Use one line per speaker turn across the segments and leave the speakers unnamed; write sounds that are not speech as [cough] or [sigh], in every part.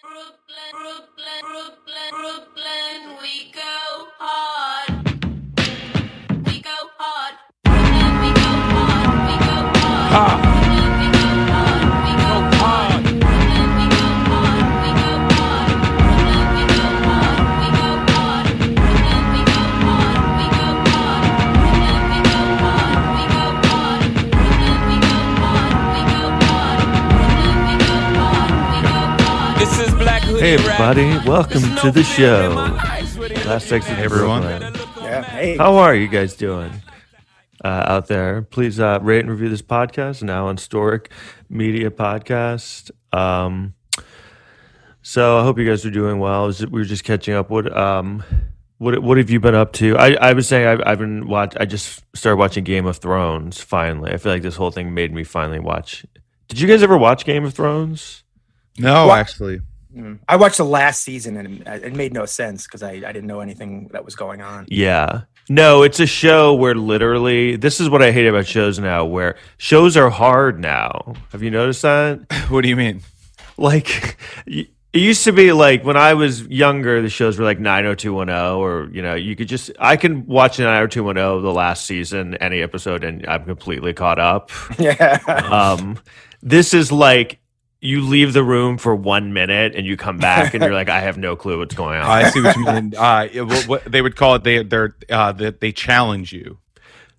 Brooklyn, Brooklyn, Brooklyn, Brooklyn, we go hard. We go hard. Brooklyn, we go hard. We go hard. Brooklyn, we go hard. We go hard. Brooklyn, we go hard. We go hard. Brooklyn, we go hard. We go hard. Brooklyn, we go hard. We go hard. Brooklyn, we go hard. We go hard. Brooklyn, we go hard. We go hard. Brooklyn, we go hard. We go hard.
This is Black Hoodie
Hey,
Rap.
everybody, welcome
There's
to
no
the
fear in
show.
my eyes when they
Last
look at
Exit
me.
everyone.
Brooklyn.
Yeah. Hey.
How are you guys doing uh, out there? Please uh, rate and review this podcast now on Storic Media Podcast. Um, so I hope you guys are doing well. Is it- We were just catching up. What um, what what have you been up to? I, I was saying I've, I've been watch. I just started watching Game of Thrones. Finally, I feel like this whole thing made me finally watch. Did you guys ever watch Game of Thrones?
No,
Wha-
actually,
Mm. I watched the last season and it it made no sense because I, I didn't know anything that was going on. [laughs]
Yeah. No, it's a show where literally this is what I hate about shows now where shows are hard now. Have you noticed that? [laughs]
[laughs] what do you mean?
Like y- it used to be like when I was younger the shows were like 90210 or you know, you could just I can watch 90210 the last season any episode and I'm completely caught up.
yeah.
Um this is like you leave the room for 1 minute and you come back and you're like I have no clue what's going on.
I see what you mean. Uh, yeah, what, what they would call it, they they're uh, they, they challenge you.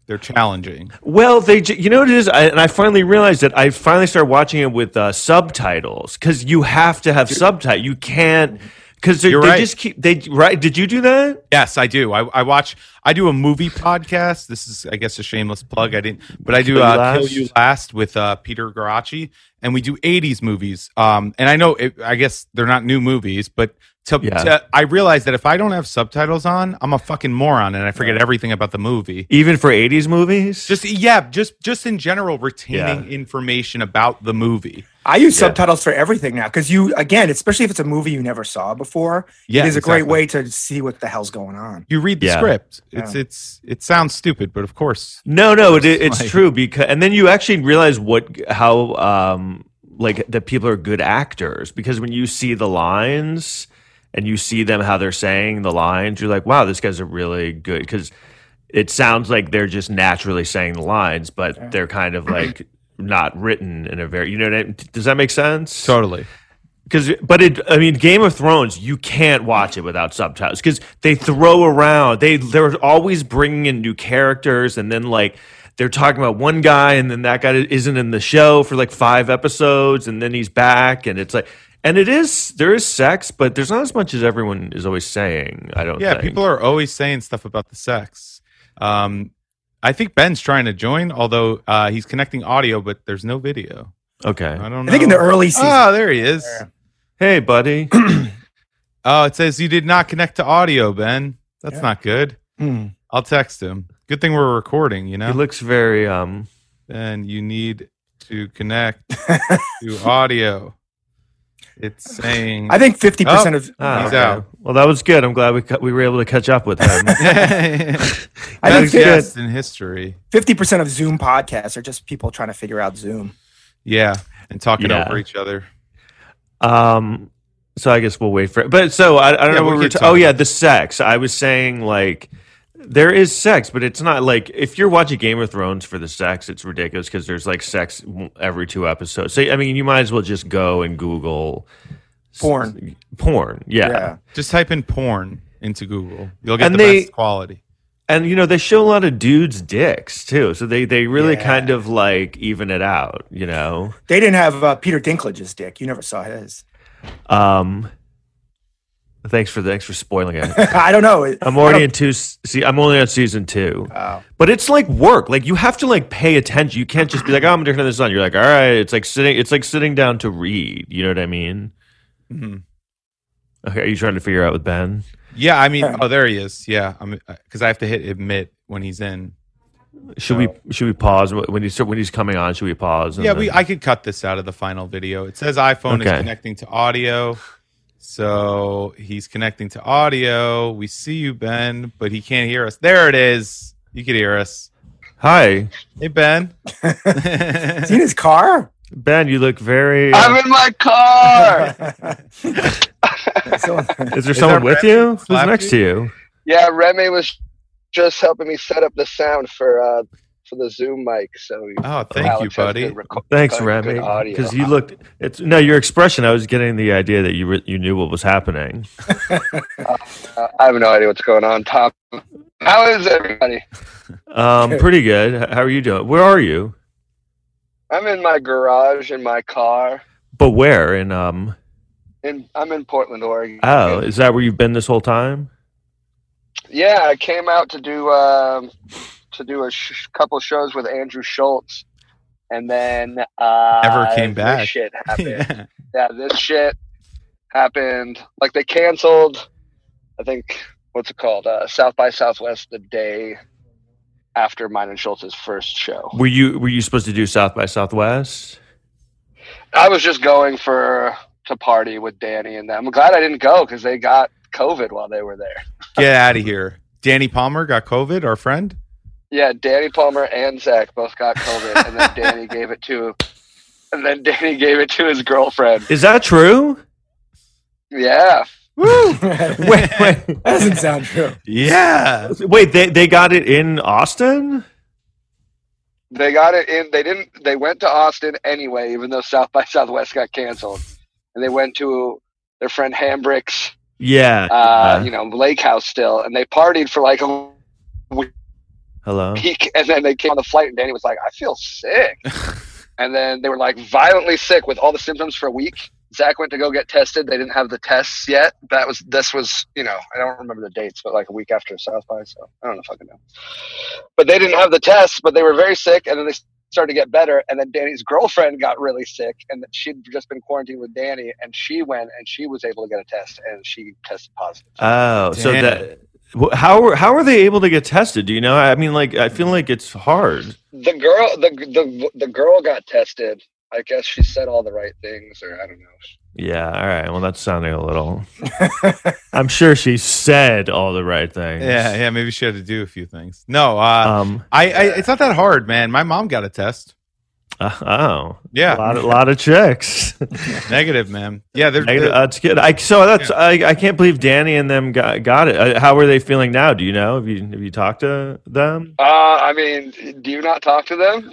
They're challenging.
Well, they, ju- you know what it is, I, and I finally realized that I finally started watching it with uh, subtitles because you have to have subtitles. You can't because they
You're right.
just keep they right. Did you do that?
Yes, I do. I, I watch. I do a movie podcast. This is, I guess, a shameless plug. I didn't, but I do
Kill You
uh, "Kill
Last.
You Last" with uh, Peter Garacci, and we do '80s movies. Um, and I know, it, I guess they're not new movies, but to,
Yeah.
to, I realize that if I don't have subtitles on, I'm a fucking moron, and I forget everything about the movie.
Even for '80s movies?
just yeah just just in general retaining
Yeah.
information about the movie
I use
Yeah.
subtitles for everything now because you, again, especially if it's a movie you never saw before,
Yeah,
it is a great
exactly.
way to see what the hell's going on.
you read the
Yeah.
script it's it's it sounds stupid but of course
no, no, it, it's
Like-
true because, and then you actually realize what how um like that people are good actors because when you see the lines and you see them how they're saying the lines, you're like, wow, this guy's a really good because. it sounds like they're just naturally saying the lines, but they're kind of like not written in a very you know what I, does that make sense?
totally
Because but it I mean Game of Thrones you can't watch it without subtitles because they throw around they they're always bringing in new characters and then like they're talking about one guy and then that guy isn't in the show for like five episodes and then he's back and it's like and it is there is sex but there's not as much as everyone is always saying I don't
yeah
think.
people are always saying stuff about the sex um i think ben's trying to join although uh he's connecting audio but there's no video
okay
i don't know
I think in the early season.
Ah.
oh there he is
Yeah.
hey buddy
oh it says you did not connect to audio ben that's
Yeah.
not good
Hmm.
i'll text him good thing we're recording you know
he looks very um
then you need to
[laughs]
connect to audio. It's saying [laughs]
I think 50%
Oh.
of.
Ah,
He's
okay.
out.
Well, that was good. I'm glad we cu- we were able to catch up with him.
[laughs]
I think
best guest in history.
fifty percent of Zoom podcasts are just people trying to figure out Zoom.
Yeah, and talking
Yeah.
over each other.
um, so I guess we'll wait for it. But so I, I don't
Yeah,
know
we
what we were.
could
T-
talk
oh
about
yeah, the sex. I was saying like there is sex, but it's not like if you're watching Game of Thrones for the sex, it's ridiculous because there's like sex w- every two episodes. So I mean, you might as well just go and Google s-
Porn.
porn.
Yeah,
Yeah.
Just type in porn into Google. You'll get
And
the
they-
best quality.
and you know they show a lot of dudes' dicks too, so they they really
Yeah.
kind of like even it out. You know.
they didn't have uh, Peter Dinklage's dick. You never saw his. [laughs]
Um, thanks for thanks for spoiling it.
[laughs] I don't know.
I'm
I
already in
don't-
two. See, I'm only on season two,
Oh.
but it's like work. Like you have to like pay attention. You can't just be like, "Oh, I'm gonna turn this on." You're like, "All right." It's like sitting. It's like sitting down to read. You know what I mean?
Mhm. Mm-hmm.
Okay. Are you trying to figure out with Ben?
[laughs]
Yeah, I mean,
Yeah.
oh, there he is. Yeah, I'm because I have to hit admit when he's in.
Should we should we pause when he's when he's coming on? Should we pause? and
Yeah, we.
then-
I could cut this out of the final video. It says iPhone
Okay.
is connecting to audio, so he's connecting to audio. We see you, Ben, but he can't hear us. There it is. You could hear us.
Hi.
Hey Ben. Oh,
Is he in his car?
Ben, you look very. uh,
I'm in my
[laughs]
car.
So-
is there
Is
someone
that
with
Brandon
you? Who's
slapped
next to you?
[laughs] yeah, Remy was just helping me set up the sound for uh for the Zoom mic. So
Oh, thank
Alex
you,
has
buddy. [laughs]
good reco-
Thanks,
good-
Remy.
good audio.
Because you looked. It's no your expression. I was getting the idea that you were, you knew what was happening.
Uh, I have no idea what's going on, Tom. How is everybody?
Um, pretty good. H- How are you doing? Where are you?
I'm in my garage in my car,
But where? And um,
and I'm in Portland, Oregon.
oh, is that where you've been this whole time?
Yeah, I came out to do um, to do a sh- couple shows with Andrew Schultz, and then uh,
Never came
this
back.
Shit
[laughs]
happened. yeah.
yeah.
this shit happened. Like they canceled. I think what's it called? Uh, South by Southwest the day after mine and Schultz's first show.
Were you were you supposed to do South by Southwest?
I was just going for to party with Danny and them. I'm glad I didn't go because they got COVID while they were there.
Get out of here. Danny Palmer got COVID, our friend.
Yeah, Danny Palmer and Zach both got COVID, and then Danny gave it to, and then Danny gave it to his girlfriend.
Is that true?
Yeah,
[laughs] that
Wait, wait,
doesn't sound true.
Yeah.
wait. They they got it in Austin.
they got it in. They didn't. They went to Austin anyway, even though South by [laughs] Southwest got canceled, and they went to their friend Hambrick's,
Yeah.
uh,
Uh-huh.
you know, lake house still, and they partied for like a
Hello.
week, and then they came on the flight, and Danny was like, "I feel sick," and then they were like violently sick with all the symptoms for a week. Zach went to go get tested. They didn't have the tests yet. That was this was you know I don't remember the dates, but like a week after South by, so I don't know fucking know. But they didn't have the tests, but they were very sick, and then they started to get better. And then Danny's girlfriend got really sick, and she'd just been quarantined with Danny, and she went and she was able to get a test, and she tested positive.
Oh, so
Damn.
that wh- how are how are they able to get tested? Do you know? I mean, like I feel like it's hard.
the girl the, the the girl got tested i guess she said all the right things or i don't know
Yeah. All right. Well, that's sounding a
[laughs]
little. I'm sure she said all the right things.
Yeah, yeah. Maybe she had to do a few things. No, uh,
Um.
I, I it's not that hard, man. My mom got a test.
uh, oh, a
Yeah.
lot, a lot of [laughs] chicks.
Negative, man. Yeah, they're,
I-
they're-
that's good. I so that's I, I can't believe Danny and them got, got it. Uh, how are they feeling now? Do you know? Have you have you talked to
[laughs]
them?
uh i mean do you not talk to them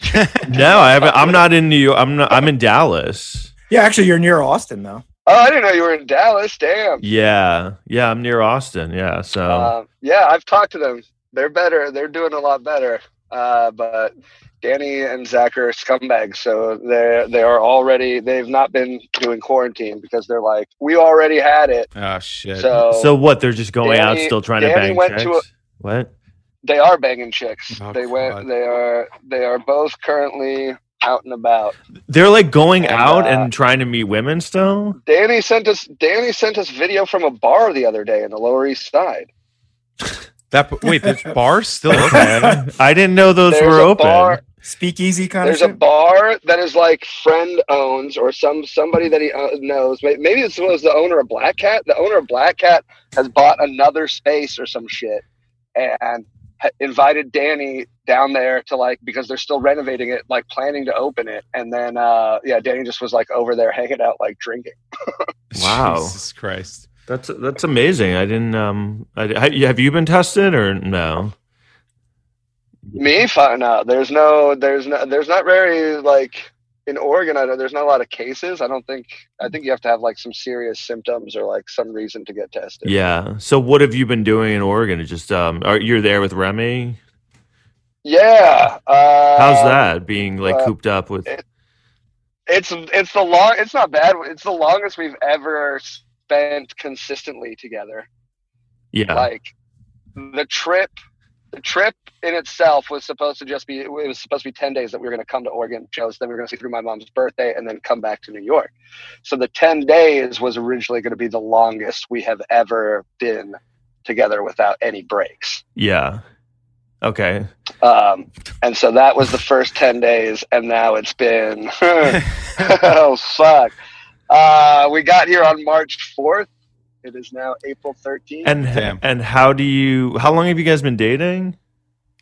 No, I haven't. I'm not in New York. I'm not. I'm in Dallas.
Yeah, actually, you're near Austin though.
oh i didn't know you were in dallas damn
Yeah, yeah. I'm near Austin. Yeah. So
Um, yeah i've talked to them they're better they're doing a lot better uh, but danny and zach are scumbags so they're they are already they've not been doing quarantine because they're like we already had it
oh shit.
so,
so what? They're just going out,
Danny-
still trying to
Danny
bang
went to
chicks? what?
they are banging chicks
Oh,
they
God.
went they are they are both currently out and about
They're like going
And,
out
uh,
and trying to meet women
[laughs]
still.
Danny sent us Danny sent us video from a bar the other day in the Lower East Side.
that wait, this
[laughs]
bar's still open.
I didn't know those
There's
were
a
open.
bar-
Speakeasy kind
There's a
of shit.
bar that is like friend owns or some somebody that he uh, knows. May- Maybe this was the owner of Black Cat. The owner of Black Cat has bought another space or some shit and ha- invited Danny down there to like because they're still renovating it, like planning to open it. And then uh, yeah, Danny just was like over there hanging out, like drinking.
[laughs] Wow.
Jesus Christ.
That's that's amazing. I didn't. Um, I, ha- have you been tested or no?
Me, fine. No, there's no, there's no, there's not very like in Oregon. I don't, there's not a lot of cases. I don't think. I think you have to have like some serious symptoms or like some reason to get tested.
Yeah. So what have you been doing in Oregon? It's Just um, are, you're there with Remy.
Yeah. Uh,
How's that being like
uh,
cooped up with?
It's it's the long. It's not bad. It's the longest we've ever spent consistently together.
Yeah.
Like the trip. The trip in itself was supposed to just be. It was supposed to be ten days that we were going to come to Oregon shows. Then we were going to see through my mom's birthday and then come back to New York. So the 10 days was originally going to be the longest we have ever been together without any breaks.
Yeah. Okay.
Um, and so that was the first 10 days. And now it's been, [laughs] oh, fuck. Uh, we got here on March 4th. It is now April 13th.
And
Damn.
and how do you? How long have you guys been dating?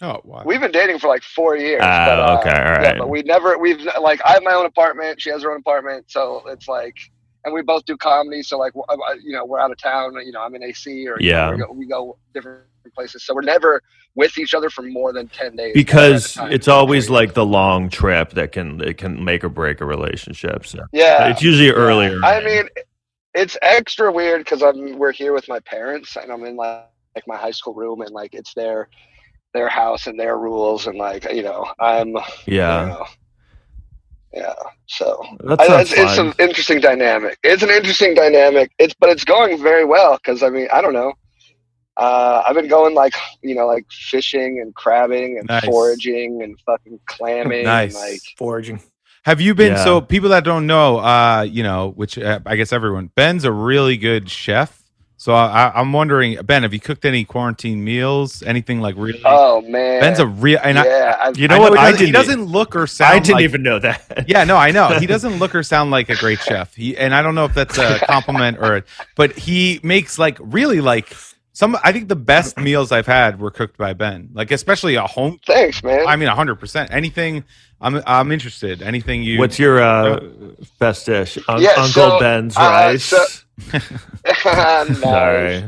Oh, wow.
We've been dating for like four years.
Ah,
but, uh,
okay, all
Yeah,
right.
but we never we've like I have my own apartment. She has her own apartment, so it's like, and we both do comedy. So like, w- I- you know, we're out of town. You know, I'm in AC or you
Yeah.
know, we, go, we go different places. So we're never with each other for more than ten days
because
at a time.
it's always like the long trip that can it can make or break a relationship. So
yeah,
it's usually earlier.
I mean, it's extra weird because I'm we're here with my parents and I'm in like, like my high school room and like it's their their house and their rules and like you know I'm you
yeah,
know, yeah so
that's
I,
not
it's, it's an
fun.
interesting dynamic. It's an interesting dynamic. It's but it's going very well because I mean I don't know. Uh, I've been going like you know like fishing and crabbing and
Nice.
foraging and fucking clamming.
Nice.
And, like
Foraging. [laughs]
Have you been
Yeah.
so people that don't know, uh, you know, which uh, I guess everyone. Ben's a really good chef, so I, I, I'm wondering, Ben, have you cooked any quarantine meals? Anything like really?
oh man,
Ben's a real, and I,
yeah. I've-
You know
I
what?
he
I
doesn't- he
didn't- e,
doesn't look or sound.
I didn't
like-
even know that.
[laughs] Yeah,
[laughs]
no, I know. He doesn't look or sound like a great chef. He and I don't know if
[laughs]
that's a compliment or, a- but he makes like really like some. I think the best meals I've had were cooked by Ben. Like especially a home.
thanks, man. [laughs]
I mean, hundred percent. Anything. I'm I'm interested. Anything you.
What's your uh, best dish? Un-
Yeah,
Uncle
so,
Ben's
uh,
rice.
so- No.
Sorry.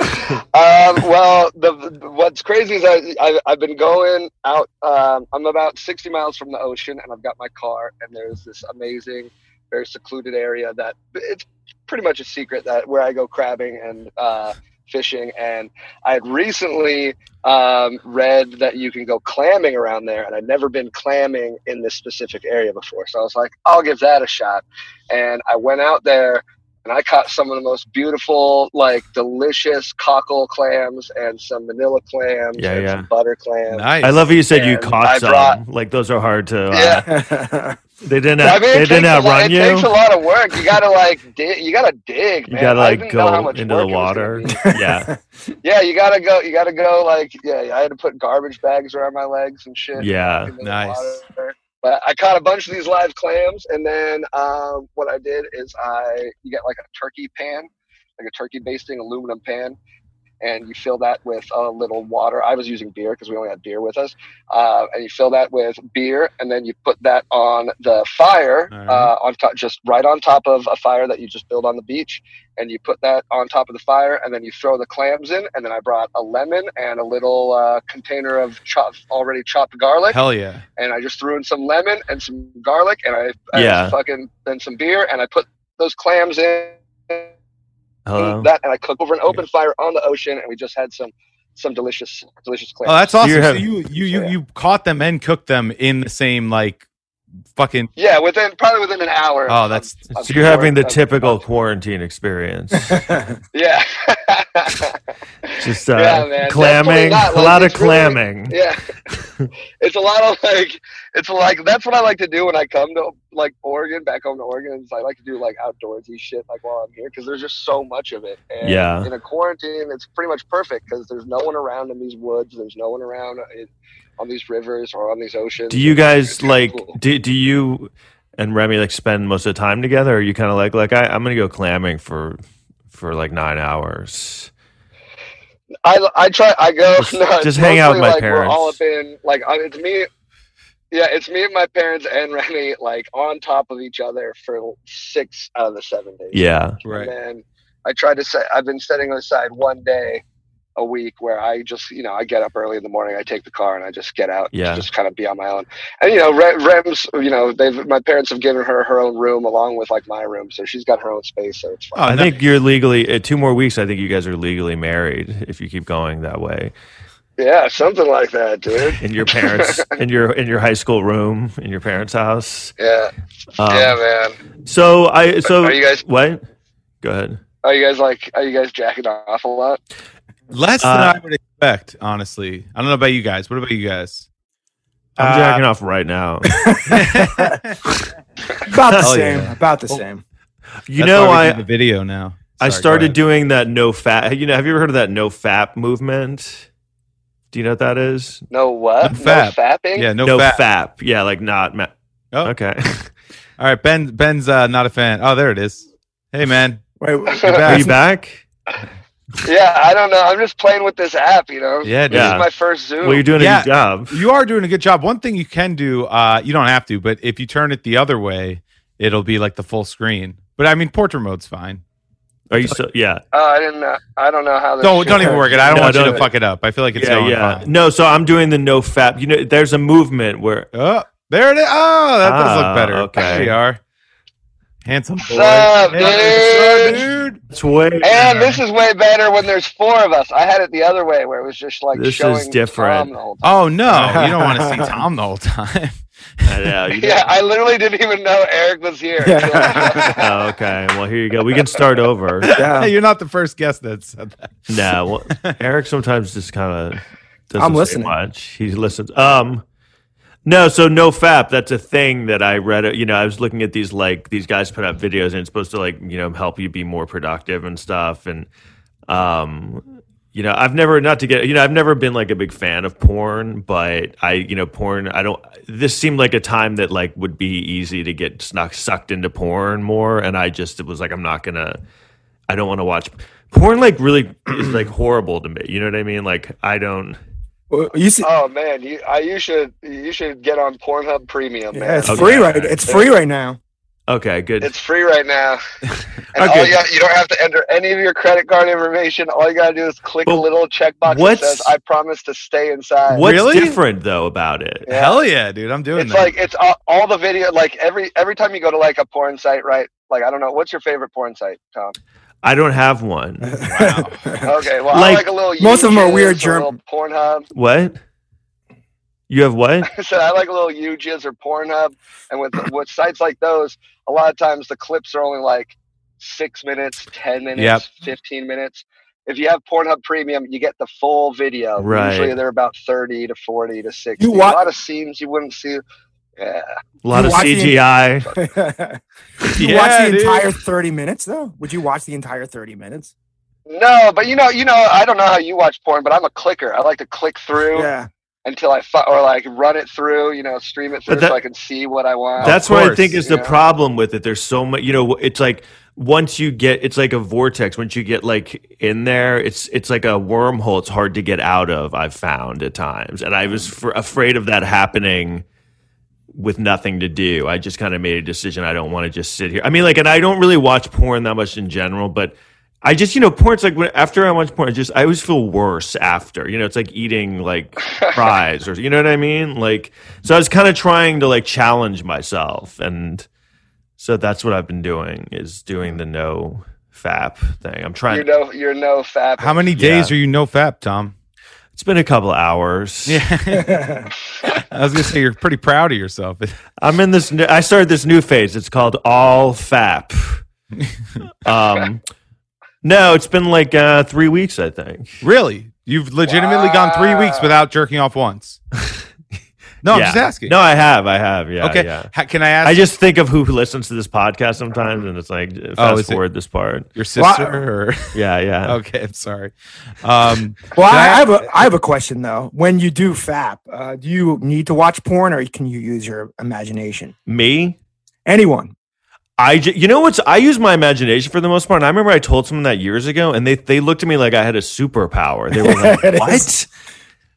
um, well, the what's crazy is I, I I've been going out. Um, I'm about 60 miles from the ocean, and I've got my car. And there's this amazing, very secluded area that it's pretty much a secret that where I go crabbing and uh, fishing. And I had recently um, read that you can go clamming around there, and I'd never been clamming in this specific area before. So I was like, I'll give that a shot. And I went out there and I caught some of the most beautiful, like delicious cockle clams and some manila clams
Yeah,
and
yeah.
some butter clams.
nice?
I love how you said you
And
caught
I brought-
some. Like those are hard to. Uh,
Yeah.
They didn't.
I mean, it
they
takes
didn't
a lot-
outrun
It takes a
you.
lot of work. You gotta like dig. You gotta dig.
You
man.
gotta
I
like
didn't know how
go
much
into the
work it was gonna
water. [laughs]
be.
yeah,
[laughs] Yeah, you gotta go. You gotta go. Like, yeah, I had to put garbage bags around my legs and shit.
yeah.
in the
Nice.
water. But I caught a bunch of these live clams, and then um, what I did is I you get like a turkey pan, like a turkey basting aluminum pan, and you fill that with a little water. I was using beer because we only had beer with us, uh, and you fill that with beer, and then you put that on the fire,
All right.
uh, on top, just right on top of a fire that you just build on the beach, and you put that on top of the fire, and then you throw the clams in, and then I brought a lemon and a little uh, container of chop, already chopped garlic
Hell yeah.
and I just threw in some lemon and some garlic and I, I
Yeah.
fucking then some beer and I put those clams in
Hello.
that and I cooked over an open fire on the ocean and we just had some some delicious delicious clams.
Oh, that's awesome.
You have-
so you you you,
Yeah.
you caught them and cooked them in the same like fucking.
yeah, within probably within an hour.
Oh, that's
of- of
So you're having the
work.
typical quarantine experience.
[laughs] Yeah.
Just uh,
Yeah, man,
clamming,
definitely not,
a
like,
lot of
it's really-
clamming.
yeah it's a lot of like it's like that's what i like to do when i come to like oregon back home to oregon is i like to do like outdoorsy shit like while i'm here because there's just so much of it and
Yeah.
in a quarantine it's pretty much perfect because there's no one around in these woods there's no one around in, on these rivers or on these oceans
Do you
It's
guys
kinda
like?
cool.
Do do you and Remy like spend most of the time together? Or are you kind of like like I, I'm gonna go clamming for for like nine hours?
I, I try I go [laughs]
Just-
no, it's
just hang out with
mostly,
my
like, We're all
parents.
up in like I, it's me. Yeah, it's me and my parents and Remy like on top of each other for six out of the seven days.
Yeah,
Right.
And then I try to say I've been setting aside one day a week where I just you know I get up early in the morning, I take the car and I just get out,
Yeah.
to just kind of be on my own. And you know, Re- Rem's you know they've my parents have given her her own room along with like my room, so she's got her own space, so it's fine.
Oh,
I
no-
think you're legally uh, two more weeks. I think you guys are legally married if you keep going that way.
Yeah, something like that, dude.
In your
[laughs]
parents, in your in your high school room, in your parents' house.
Yeah,
Um,
yeah, man.
So I so
Are you guys-
what? Go ahead.
Are you guys like? Are you guys jacking off a lot?
less than
Uh,
I would expect. Honestly, I don't know about you guys. What about you guys?
I'm
Uh,
jacking off right
[laughs]
now.
about the
Hell
same.
yeah.
About the same.
You
That's
know,
why we
I
do the video now.
I
Sorry, go
started
ahead.
doing that no fat. You know, have you ever heard of that no fap movement? Do you know what that is?
No what?
No fap.
fapping.
Yeah, no,
no
fat.
fap. Yeah, like not. Ma-
Oh. [laughs]
Okay.
All right, Ben. Ben's uh, not a fan. Oh, there it is. Hey, man.
Wait,
[laughs] Are
Are
That's-
you back?
yeah, I don't know. I'm just playing with this app, you know.
Yeah,
this
Yeah.
is my first Zoom.
Well, you're doing
Yeah.
a good job.
You are doing a good job. One thing you can do, uh, you don't have to, but if you turn it the other way, it'll be like the full screen. But I mean, portrait mode's fine.
Are you still? Yeah.
oh, I didn't. Know, I don't know how. This
Don't
shit
don't even
works.
work it. I don't
No,
want you to
don't-
fuck it up. I feel like it's
yeah,
going
yeah.
fine.
No, so I'm doing the no fap. You know, there's a movement where
Oh, there it is. Oh, that does
Ah,
look better.
okay.
There you are. Handsome boy.
up,
Hey, dude?
it's way.
And this is way better when there's four of us. I had it the other way where it was just like
This is
showing
different.
Tom the whole time.
Oh no, you don't want to see Tom the
[laughs]
whole time.
I know,
[laughs]
you
Yeah, I literally didn't even know Eric was here.
Yeah.
Oh, okay. Well, here you go. We can start over.
Yeah.
You're not the first guest that said that.
No, well, Eric sometimes just kind of doesn't
I'm
say
listening.
much. He listens. Um, no, so no fap. That's a thing that I read. You know, I was looking at these like these guys put up videos and it's supposed to like you know help you be more productive and stuff. And um, you know, I've never not to get you know I've never been like a big fan of porn, but I you know porn. I don't. This seemed like a time that like would be easy to get snuck sucked into porn more, and I just it was like I'm not gonna. I don't want to watch porn. Like really is like horrible to me. You know what I mean? Like I don't.
Well, You see,
Oh man, you I, you should you should get on Pornhub Premium, man.
yeah, it's
Okay.
free right. It's free right now. [laughs]
Okay, good.
It's free
[laughs]
right now. And
Okay.
all you, got- you don't have to enter any of your credit card information. All you gotta do is click
But
a little checkbox that
what's-
says "I promise to stay inside."
What's
Really?
different though about it?
Yeah.
Hell yeah, dude. I'm doing
It's
that.
like it's all, all the video. Like every every time you go to like a porn site, right? Like I don't know, what's your favorite porn site,
[laughs]
Tom?
I don't have one.
Okay, well I
Like,
like a little.
most of them are
UJiz,
weird
a
Germ-
little Pornhub. [laughs]
What? You have what?
so I like a little UJiz or Pornhub, and with with sites like those, a lot of times the clips are only like six minutes, ten minutes,
Yep.
fifteen minutes. If you have Pornhub Premium, you get the full video.
Right.
Usually they're about thirty to forty to sixty.
You wa-
a lot of scenes you wouldn't see. Yeah,
A lot
You
of
watch the-
CGI.
Would you
Yeah,
watch the
dude.
entire 30 minutes, though? Would you watch the entire 30 minutes?
no, but you know, you know, I don't know how you watch porn, but I'm a clicker. I like to click through
Yeah.
until I fi- or like run it through, you know, stream it through
that-
so I can see what I want.
That's
Of
what I
course,
think is the
yeah.
problem with it. There's so much, you know, it's like once you get, it's like a vortex. Once you get like in there, it's it's like a wormhole. It's hard to get out of. I've found at times, and I was
Mm.
fr- afraid of that happening with nothing to do. I just kind of made a decision. I don't want to just sit here. I mean, like, and I don't really watch porn that much in general, but I just, you know, porn's like when, after I watch porn, I just, I always feel worse after, you know, it's like eating like fries or, you know what I mean? Like, so I was kind of trying to like challenge myself. And so that's what I've been doing is doing the no fap thing. I'm
you
trying,
know, you're no fab.
How many days are you no
[laughs]
fap, Tom?
it's been a couple hours.
Yeah. [laughs] I was gonna say you're pretty proud of yourself.
I'm in this. New, I started this new phase. It's called all
[laughs]
fap. um, no, it's been like uh, three weeks, I think.
Really? You've legitimately gone three weeks
Wow.
without jerking off
[laughs]
once. No, I'm
Yeah.
just asking.
No, I have, I have. Yeah,
okay.
yeah.
Ha- Can I ask
I just think of who listens to this podcast sometimes, and it's like fast
is it-
forward this part. [laughs]
your sister?
Yeah, yeah.
Or, [laughs] okay, I'm sorry. Um, [laughs]
Well, I,
Can I-
I have a I have a question though. When you do FAP, uh, do you need to watch porn, or can you use your imagination?
Me,
Anyone?
I. Ju- you know what's? I use my imagination for the most part. And I remember I told someone that years ago, and they they looked at me like I had a superpower. They were
[laughs]
like,
It is.
"What?"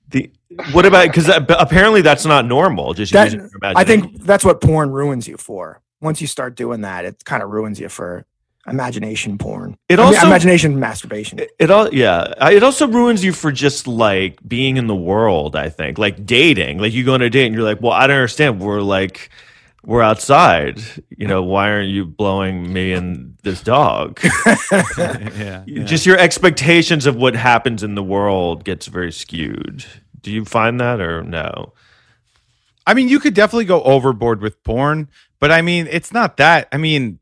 The what about? Because apparently that's not normal. Just
That-
using your imagination.
I think that's what porn ruins you for. Once you start doing that, it kind of ruins you for imagination porn.
It
I mean,
also-
imagination masturbation.
It- It all, yeah. I- It also ruins you for just like being in the world. I think, like dating, like you go on a date and you're like, well, I don't understand. We're like, we're outside. You know, why aren't you blowing me and this dog?
yeah, yeah.
Just your expectations of what happens in the world gets very skewed. Do you find that or no?
I mean, you could definitely go overboard with porn, but I mean, it's not that. I mean,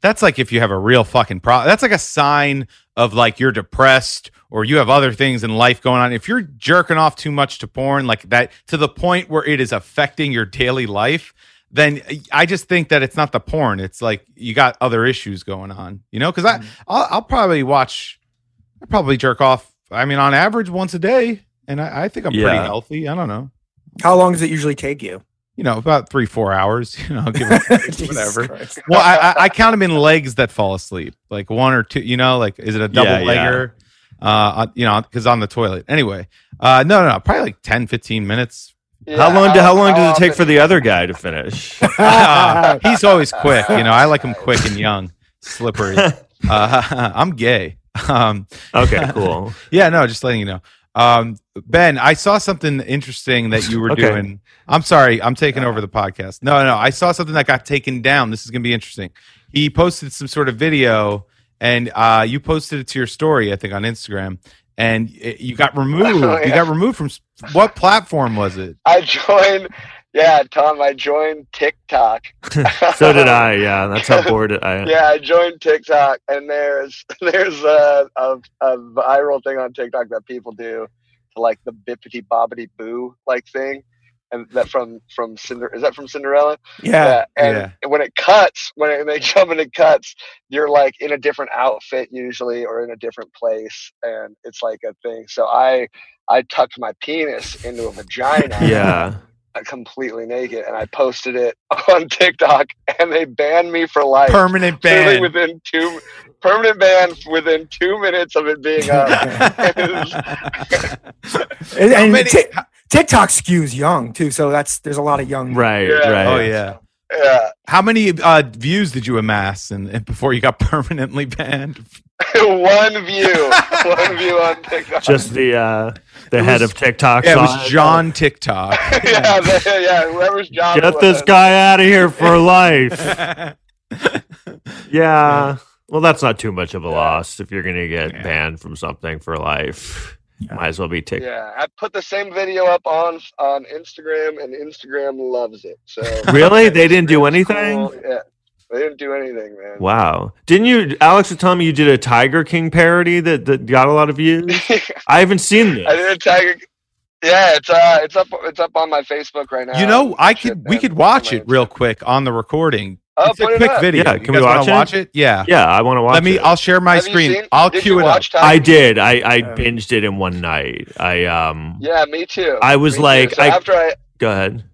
that's like if you have a real fucking problem. That's like a sign of like you're depressed or you have other things in life going on. If you're jerking off too much to porn like that to the point where it is affecting your daily life, then I just think that it's not the porn. It's like you got other issues going on, you know? Because I I'll, I'll probably watch, I probably jerk off. I mean, on average once a day, and I, I think I'm pretty
Yeah.
healthy. I don't know
How long does it usually take you?
you know, about three, four hours, [laughs] you know, give or take,
Jesus
whatever.
Christ.
Well, I, I, I count them in legs that fall asleep, like one or two, you know, like is it a double
Yeah, yeah.
legger? uh, you know, because on the toilet. Anyway, uh, no, no, no, probably like 10,
[laughs]
15 minutes.
how long? Do, how long does it take for the other guy to finish?
Uh, he's always quick. You know, I like him quick and young,
[laughs]
slippery. Uh, [laughs] I'm gay. Um,
okay, cool.
yeah, no, just letting you know. Um, ben, I saw something interesting that you were
Okay.
doing. I'm sorry, I'm taking over the podcast. No, no, I saw something that got taken down. This is going to be interesting. He posted some sort of video, and uh, you posted it to your story, I think, on Instagram, and it, you got removed.
[laughs] Oh,
You
yeah.
got removed from s- what platform was it?
I joined. Yeah, Tom, I joined TikTok.
[laughs] so did I. Yeah, that's how bored I
[laughs]
am.
Yeah, I joined TikTok, and there's [laughs] there's a, a, a viral thing on TikTok that people do to like the bippity bobbity boo like thing, and that from from Cinder is that from Cinderella?
Yeah.
and when it cuts, when it, they [laughs] jump and it cuts, you're like in a different outfit usually, or in a different place, and it's like a thing. So I I tucked my penis into a vagina uh,
Yeah.
completely naked, and I posted it [laughs] on TikTok, and they banned me for life.
Permanent
[laughs] Literally
ban.
within two permanent ban within two minutes of it being up.
[laughs] And,
How
and
many-
Tik- TikTok skews young too, so that's there's a lot of young.
Right.
Yeah.
Right.
oh yeah.
Yeah, [laughs]
How many uh, views did you amass and, and before you got [laughs] permanently banned?
one view, one view on TikTok.
Just the uh, the head
was-
of TikTok.
Yeah, it
saw
was John TikTok.
[laughs] yeah, they, yeah. Whoever's job. it
Get
was.
this guy out of here
[laughs]
for life. yeah. Well, that's not too much of a loss if you're going to get
Yeah.
banned from something for life. Might as well be TikTok.
Yeah, I put the same video up on on Instagram, and Instagram loves it.
[laughs]
So
Really? They didn't do
Instagram's
anything?
cool. Yeah, they didn't do anything, man. [laughs]
Wow. Didn't you, Alex, was telling me you did a Tiger King parody that, that got a lot of views?
[laughs]
I haven't seen
I
this.
did a tiger. Yeah, it's uh, it's up, it's up on my Facebook right now.
Um,
you know, I could
Shit,
we
man.
could watch
Oh,
it real quick on the recording.
Oh,
it's a
put it
quick
up.
video.
Yeah,
You
can we
guys wanna
watch it?
Yeah.
Yeah, I want to watch
Let me.
it.
I'll share my
Have you
screen.
seen-
I'll
did
cue
you
it up.
watch Tiger-
I did. I, I
Uh,
binged it in one night. I, um,
Yeah, me too.
I was
Me too.
like-
So
I-
after I
go ahead.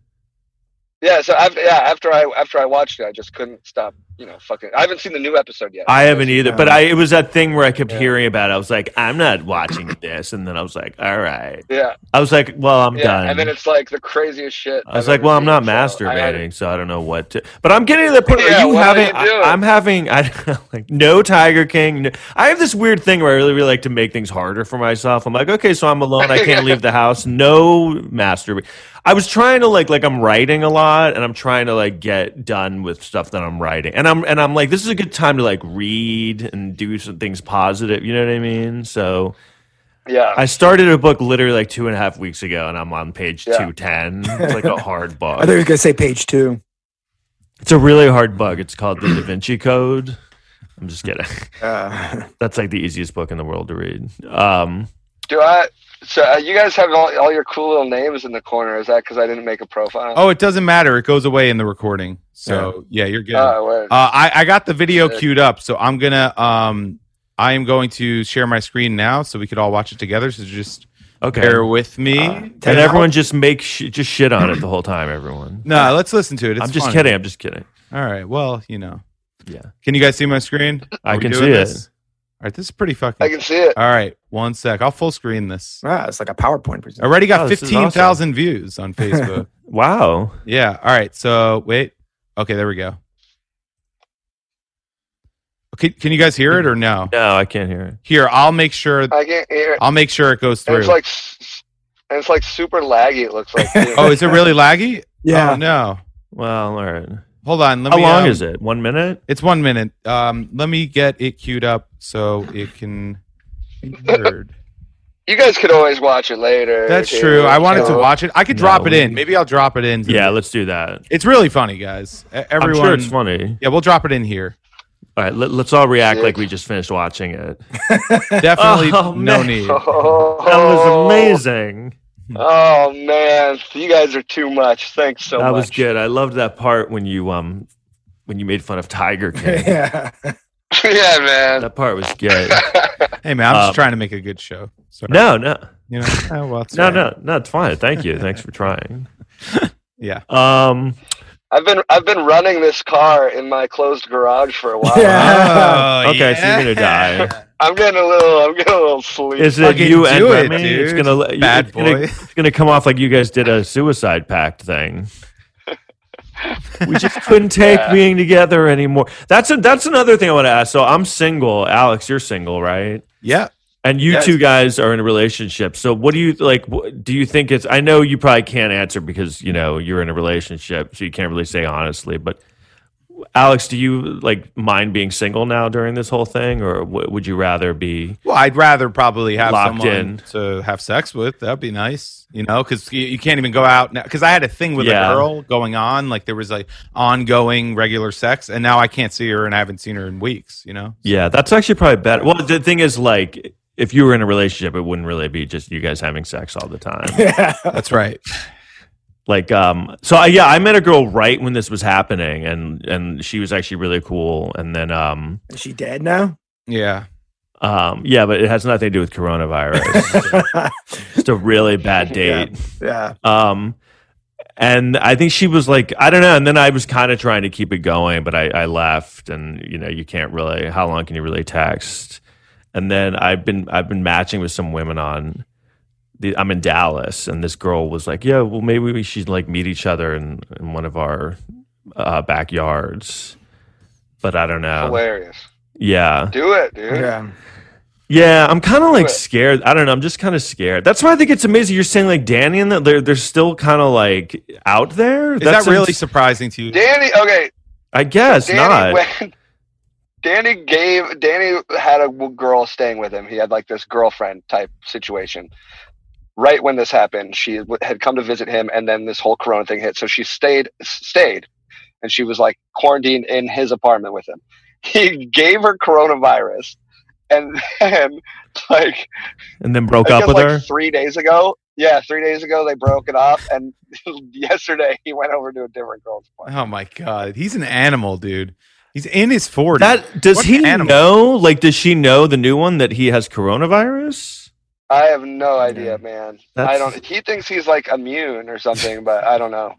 yeah, so after yeah after I after I watched it, I just couldn't stop. You know, fucking. I haven't seen the new episode yet.
I haven't either, but
Yeah.
I it was that thing where I kept
Yeah.
hearing about. it. I was like, I'm not watching this, and then I was like, all right.
Yeah,
I was like, well, I'm
yeah,
done.
and then it's like the craziest shit.
I was
I've
like,
ever
well, I'm not
seen, so I had-
masturbating, so I don't know what to. But I'm getting to the point.
[laughs] Yeah,
are you
what are
having?
you doing?
I, am having. [laughs] I like no Tiger King. no- I have this weird thing where I really, really like to make things harder for myself. I'm like, okay, so I'm alone. I
[laughs]
can't leave the house. No masturbate. I was trying to like, like I'm writing a lot, and I'm trying to like get done with stuff that I'm writing, and I'm and I'm like, this is a good time to like read and do some things positive. You know what I mean? So.
yeah.
I started a book literally like two and a half weeks ago, and I'm on page
Yeah.
two ten. It's like
[laughs]
a hard book.
I thought you were gonna say page two.
It's a really hard book. It's called The Da Vinci Code. I'm just kidding.
Uh,
[laughs] That's like the easiest book in the world to read. Um,
Do I? So uh, you guys have all, all your cool little names in the corner. Is that because I didn't make a profile?
Oh, it doesn't matter. It goes away in the recording. So yeah, you're good. Uh,
Oh, wait.
I I got the video
Sick.
queued up, so I'm gonna um I am going to share my screen now, so we could all watch it together. So just
okay. Uh,
bear with me.
and everyone just make sh- just shit on it the whole time. Everyone.
no, let's listen to it. It's
I'm just
funny.
kidding. I'm just kidding.
All right. Well, you know.
Yeah.
Can you guys see my screen?
I
we
can
doing
see it.
this? All right. This is pretty fucking.
I can see it.
All right. One sec. I'll full screen this.
wow, it's like a PowerPoint presentation.
Already got
Oh, this is
fifteen thousand
[laughs]
views on Facebook.
Wow.
yeah. All right. So wait. Okay. There we go. Okay. Can you guys hear it or no?
No, I can't hear it.
Here, I'll make sure.
I can't hear it.
I'll make sure it goes
And
through.
it's like, s- s- and it's like super laggy. It
[laughs]
looks like. too.
oh, is it
[laughs]
really laggy?
Yeah.
Oh, no.
Well, all right.
Hold on. Let
How
me,
long
um,
is it? One minute.
It's one minute. Um, let me get it queued up so it can be heard.
you guys could always watch it later. Oh.
That's
dude.
true. I wanted to
So-
watch it. I could
No,
drop it
we-
in. Maybe I'll drop it in. to
Yeah,
the-
let's do that.
it's really funny, guys. E- Everyone,
I'm sure it's funny.
yeah, we'll drop it in here.
All right, let, us all react
Yeah.
like we just finished watching it. [laughs]
Definitely
Oh,
no
man.
[laughs]
need.
Oh,
That was amazing.
Oh man, you guys are too much. Thanks so
that
much.
was good. I loved that part when you um when you made fun of Tiger
[laughs]
King.
yeah.
[laughs]
[laughs]
yeah, man.
that part was good.
Hey man, I'm
Um,
just trying to make a good show. Sorry.
No, no,
you know, [laughs] oh, well, it's
no,
fine.
no, no. It's fine. Thank you. Thanks for trying.
[laughs] Yeah,
Um,
I've been I've
[laughs]
been running this car in my closed garage for a while.
Yeah.
[laughs] Oh,
okay, so you're gonna
yeah. [laughs]
die.
I'm getting a little. I'm getting a little sleepy.
Is it
Fucking
you and
do it,
Remy? It's
dude.
gonna let you-
Bad
it's gonna-
boy.
it's gonna come off like you guys did a suicide pact
[laughs]
thing. We just couldn't take
Yeah.
being together anymore. That's a, that's another thing I want to ask. So I'm single. Alex, you're single, right?
Yeah.
And you
Yes.
two guys are in a relationship. So what do you like? wh- Do you think it's? I know you probably can't answer because you know you're in a relationship, so you can't really say honestly. But Alex, do you like mind being single now during this whole thing, or w- would you rather be?
Well, I'd rather probably have
Locked
someone
in.
to have sex with. That'd be nice, you know, because you, you can't even go out now. Because I had a thing with
Yeah.
a girl going on, like there was like ongoing regular sex, and now I can't see her, and I haven't seen her in weeks, you know.
Yeah, that's actually probably better. Well, the thing is, like, if you were in a relationship, it wouldn't really be just you guys having sex all the time.
[laughs]
[laughs]
That's right.
like um so I, yeah i met a girl right when this was happening and and she was actually really cool and then um
Is she dead now?
Yeah.
um yeah but it has nothing to do with coronavirus [laughs] just a really bad date
[laughs] yeah.
um and i think she was like i don't know and then i was kind of trying to keep it going but i i left and you know you can't really how long can you really text and then i've been i've been matching with some women on the, i'm in dallas and this girl was like yeah well maybe we should like meet each other in, in one of our uh, backyards but i don't know
Hilarious.
yeah
Do it, dude.
Yeah.
yeah, I'm kind of like
But-
scared. I don't know. I'm just kind of scared. That's why I think it's amazing. You're saying like Danny and that they're they're still kind of like out there.
Is
That's
that really
ins-
surprising to you?
Danny. Okay.
I guess
Danny
not.
went. [laughs] Danny gave. Danny had a girl staying with him. He had like this girlfriend type situation. Right when this happened, she w- had come to visit him, and then this whole Corona thing hit. So she stayed, s- stayed, and she was like quarantined in his apartment with him. He gave her coronavirus, and [laughs] then like
and then broke
I
up
guess,
with
like
her.
three days ago. Yeah, three days ago they broke it off, and [laughs] yesterday he went over to a different girl's place.
Oh my god, he's an animal, dude. He's in his forties.
That does
What
he
an animal.
know? Like, does she know the new one that he has coronavirus?
I have no idea, man. I
Oh, That's-
don't. He thinks he's like immune or something, but I
[laughs]
don't know.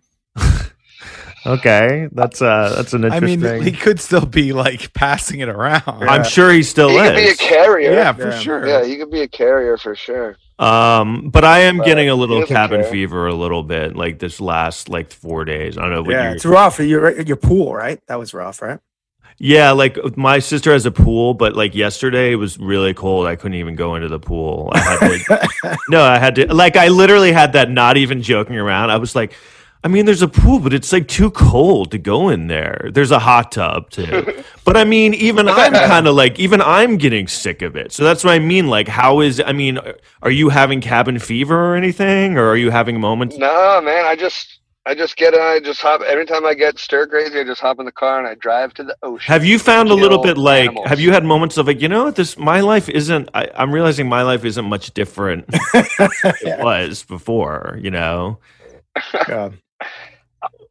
Okay, that's uh that's an
I
interesting.
mean, he could still be like passing it around.
I'm sure he still
He could be a
is.
carrier.
yeah, for
Yeah.
sure.
yeah, he could be a carrier for sure.
um, but I am
But
getting a
he
little
doesn't
cabin
care.
fever a little bit. Like this last like four days. I don't know what
yeah.
you
It's rough. Your your pool, right? That was rough, right?
Yeah, like my sister has a pool, but like yesterday it was really cold. I couldn't even go into the pool. I had to, no, I had to like I literally had that not even joking around. I was like, I mean, there's a pool, but it's like too cold to go in there. There's a hot tub too. But I mean, even I'm kind of like even I'm getting sick of it. So that's what I mean. Like, how is I mean, are you having cabin fever or anything? Or are you having moments
No, man. I just, I just get, I just hop. Every time I get stir crazy, I just hop in the car and I drive to the ocean.
Have you found a little
Kill
bit like?
animals.
Have you had moments of like, you know, what, this my life isn't. I, I'm realizing my life isn't much different.
[laughs]
it was before, you know.
Yeah.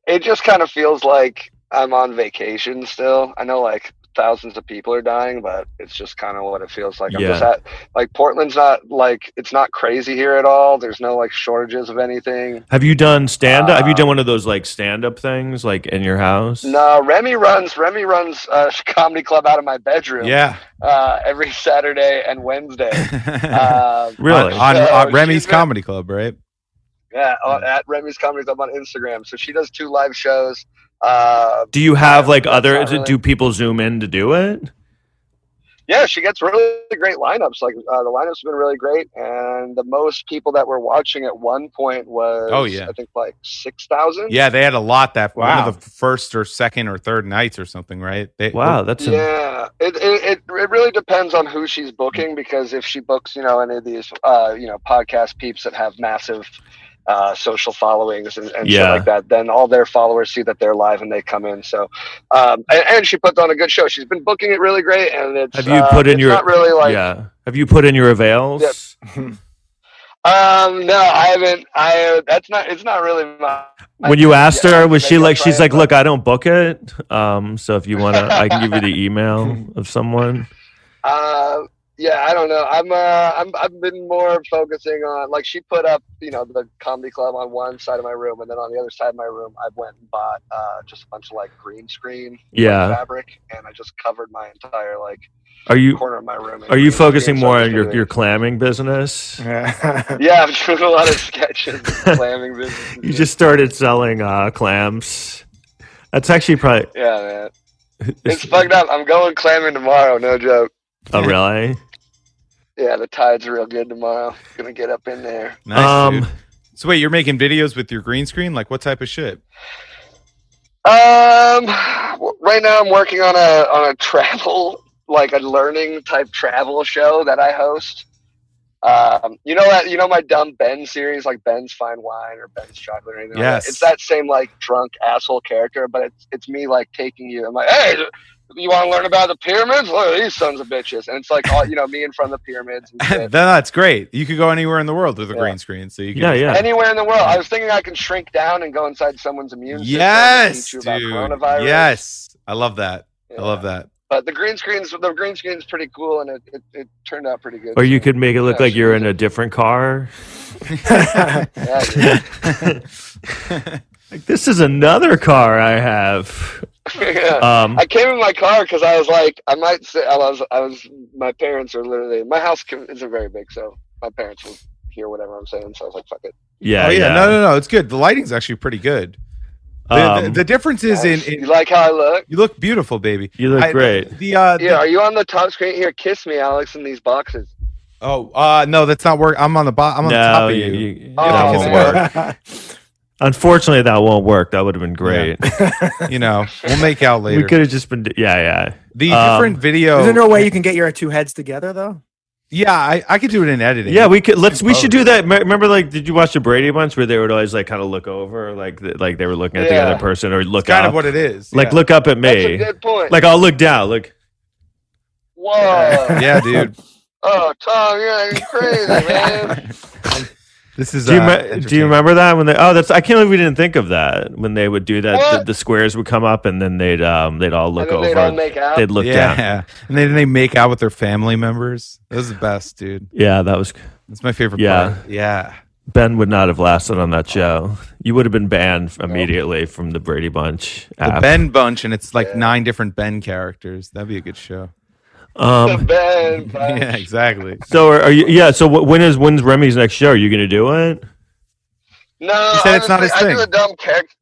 it just kind of feels like I'm on vacation still. I know like thousands of people are dying, but it's just kind of what it feels like. I'm
Yeah.
just at like Portland's not like it's not crazy here at all. There's no like shortages of anything.
Have you done stand up? have you
Uh,
done one of those like stand up things, like in your house?
No, Remy runs Remy runs a [laughs] comedy club out of my bedroom
Yeah.
uh, every Saturday
[laughs]
and Wednesday.
Uh,
um,
Really?
on, on,
so
on
she's
Remy's
been-
Comedy Club, right?
Yeah, on, at Remy's Comedy Club on Instagram. So she does two live shows. Uh,
Do you have like other?
not really.
Do people zoom in to do it?
yeah, she gets really great lineups. Like uh, the lineups have been really great, and the most people that were watching at one point was,
Oh, yeah.
I think like six thousand.
Yeah, they had a lot that one
Wow.
of the first or second or third nights or something, right? They, oh,
Wow, that's a,
yeah. It, it it it really depends on who she's booking because if she books, you know, any of these, uh, you know, podcast peeps that have massive. Uh, social followings and, and
Yeah.
shit like that. Then all their followers see that they're live and they come in. So, um, and, and she puts on a good show. She's been booking it really great, and it's
Have you
uh,
put in
it's
your?
not really like
yeah. Have you put in your avails?
Yep. Um, no, I haven't. I that's not. It's not really my.
When you asked
Yeah,
her, was
maybe
she
I'll
like?
try
She's
it,
like,
but-
look, I don't book
[laughs]
it. Um, so if you wanna, I can give you the email of someone.
Uh, yeah, I don't know. I'm uh, I'm I've been more focusing on like she put up you know the comedy club on one side of my room, and then on the other side of my room, I went and bought uh, just a bunch of like green screen
Yeah.
fabric, and I just covered my entire like
Are you
corner of my room. in
are you
green screen,
focusing
so
more
I'm
on
just
your
doing-
your clamming business?
Mm-hmm.
Yeah.
Yeah, I'm doing a lot of sketches,
[laughs]
clamming business.
You just started selling uh, clams. That's actually probably.
yeah, man. It's fucked up. I'm going clamming tomorrow. No joke.
Oh, really?
Yeah, the tide's real good tomorrow. Gonna get up in there.
Nice.
Um,
dude. So wait, you're making videos with your green screen? Like what type of [laughs] shit?
Um, w- right now I'm working on a on a travel like a learning type travel show that I host. Um, you know that you know my dumb Ben series, like Ben's Fine Wine or Ben's Chocolate or anything. Like
Yes.
that? It's that same like drunk asshole character, but it's it's me like taking you. I'm like, hey, you want to learn about the pyramids? Look at these sons of bitches, and it's like all you know, me in front of the pyramids.
[laughs]
And shit.
Then that's great. You could go anywhere in the world with a
Yeah.
green screen. So you can
Yeah, yeah.
Anywhere in the world, I was thinking I can shrink down and go inside someone's immune system. and
Yes,
teach you
dude.
about coronavirus.
Yes. I love that. I love
Yeah.
that.
but the green screen's the green screen's pretty cool and it, it, it turned out pretty good.
Or you
So,
could make it look
Yeah,
like
she
you're
was
in a different car.
yeah, dude.
like this is another car I have.
[laughs] Yeah.
Um,
I came in my car because I was like, I might say I was I was my parents are literally my house can- isn't very big, so my parents will hear whatever I'm saying. So I was like, fuck it.
yeah,
oh yeah.
yeah.
No, no, no. It's good. The lighting's actually pretty good. The, the-
Um,
the difference is in, in
you like how I look?
you look beautiful, baby.
you look
I-
great.
The uh, the-
Yeah. Are you on the top screen here? Kiss me, Alex, in these boxes.
oh uh, no, that's not work. I'm on the bottom. I'm on
no,
the top of
you-
you.
you-
Oh,
that won't
man.
work.
[laughs]
Unfortunately, that won't work. That would have been great. [laughs]
You know, we'll make out
we
later.
could have just been. Yeah, yeah.
the
um,
different video.
Isn't there a way you can get your two heads together though?
yeah, I, I could do it in editing.
Yeah, we could. Let's. We should do that. Me- Remember, like, did you watch the Brady bunch where they would always like kind of look over, like, th- like they were looking at
Yeah.
the other person, or look
it's kind
up,
of what it is.
like,
yeah.
look up at
That's a
me.
good point.
Like, I'll look down. Look.
[laughs]
Whoa.
[laughs] Yeah, dude.
Oh, Tom, you're acting crazy, man.
[laughs]
This is.
Do you,
uh,
me- do
interesting.
you remember that when they? Oh, that's. I can't believe we didn't think of that when they would do that. The,
What?
the squares would come up, and then they'd um they'd all look
and then
over.
they don't make out.
They'd look
yeah.
down.
[laughs] And then they make out with their family members. That was the best, dude.
Yeah, that was.
That's my favorite
Yeah.
part. Yeah.
Ben would not have lasted on that show. You would have been banned immediately from the Brady Bunch
The
app.
Ben Bunch, and it's like nine different Ben characters. That'd be a good
[laughs]
show.
The
um, [laughs]
band, but-
Yeah, exactly.
so are, are you? Yeah. So wh- when is when's Remy's next show? Are you going to do it?
No,
He said it's not
honestly,
his thing.
I do a dumb character.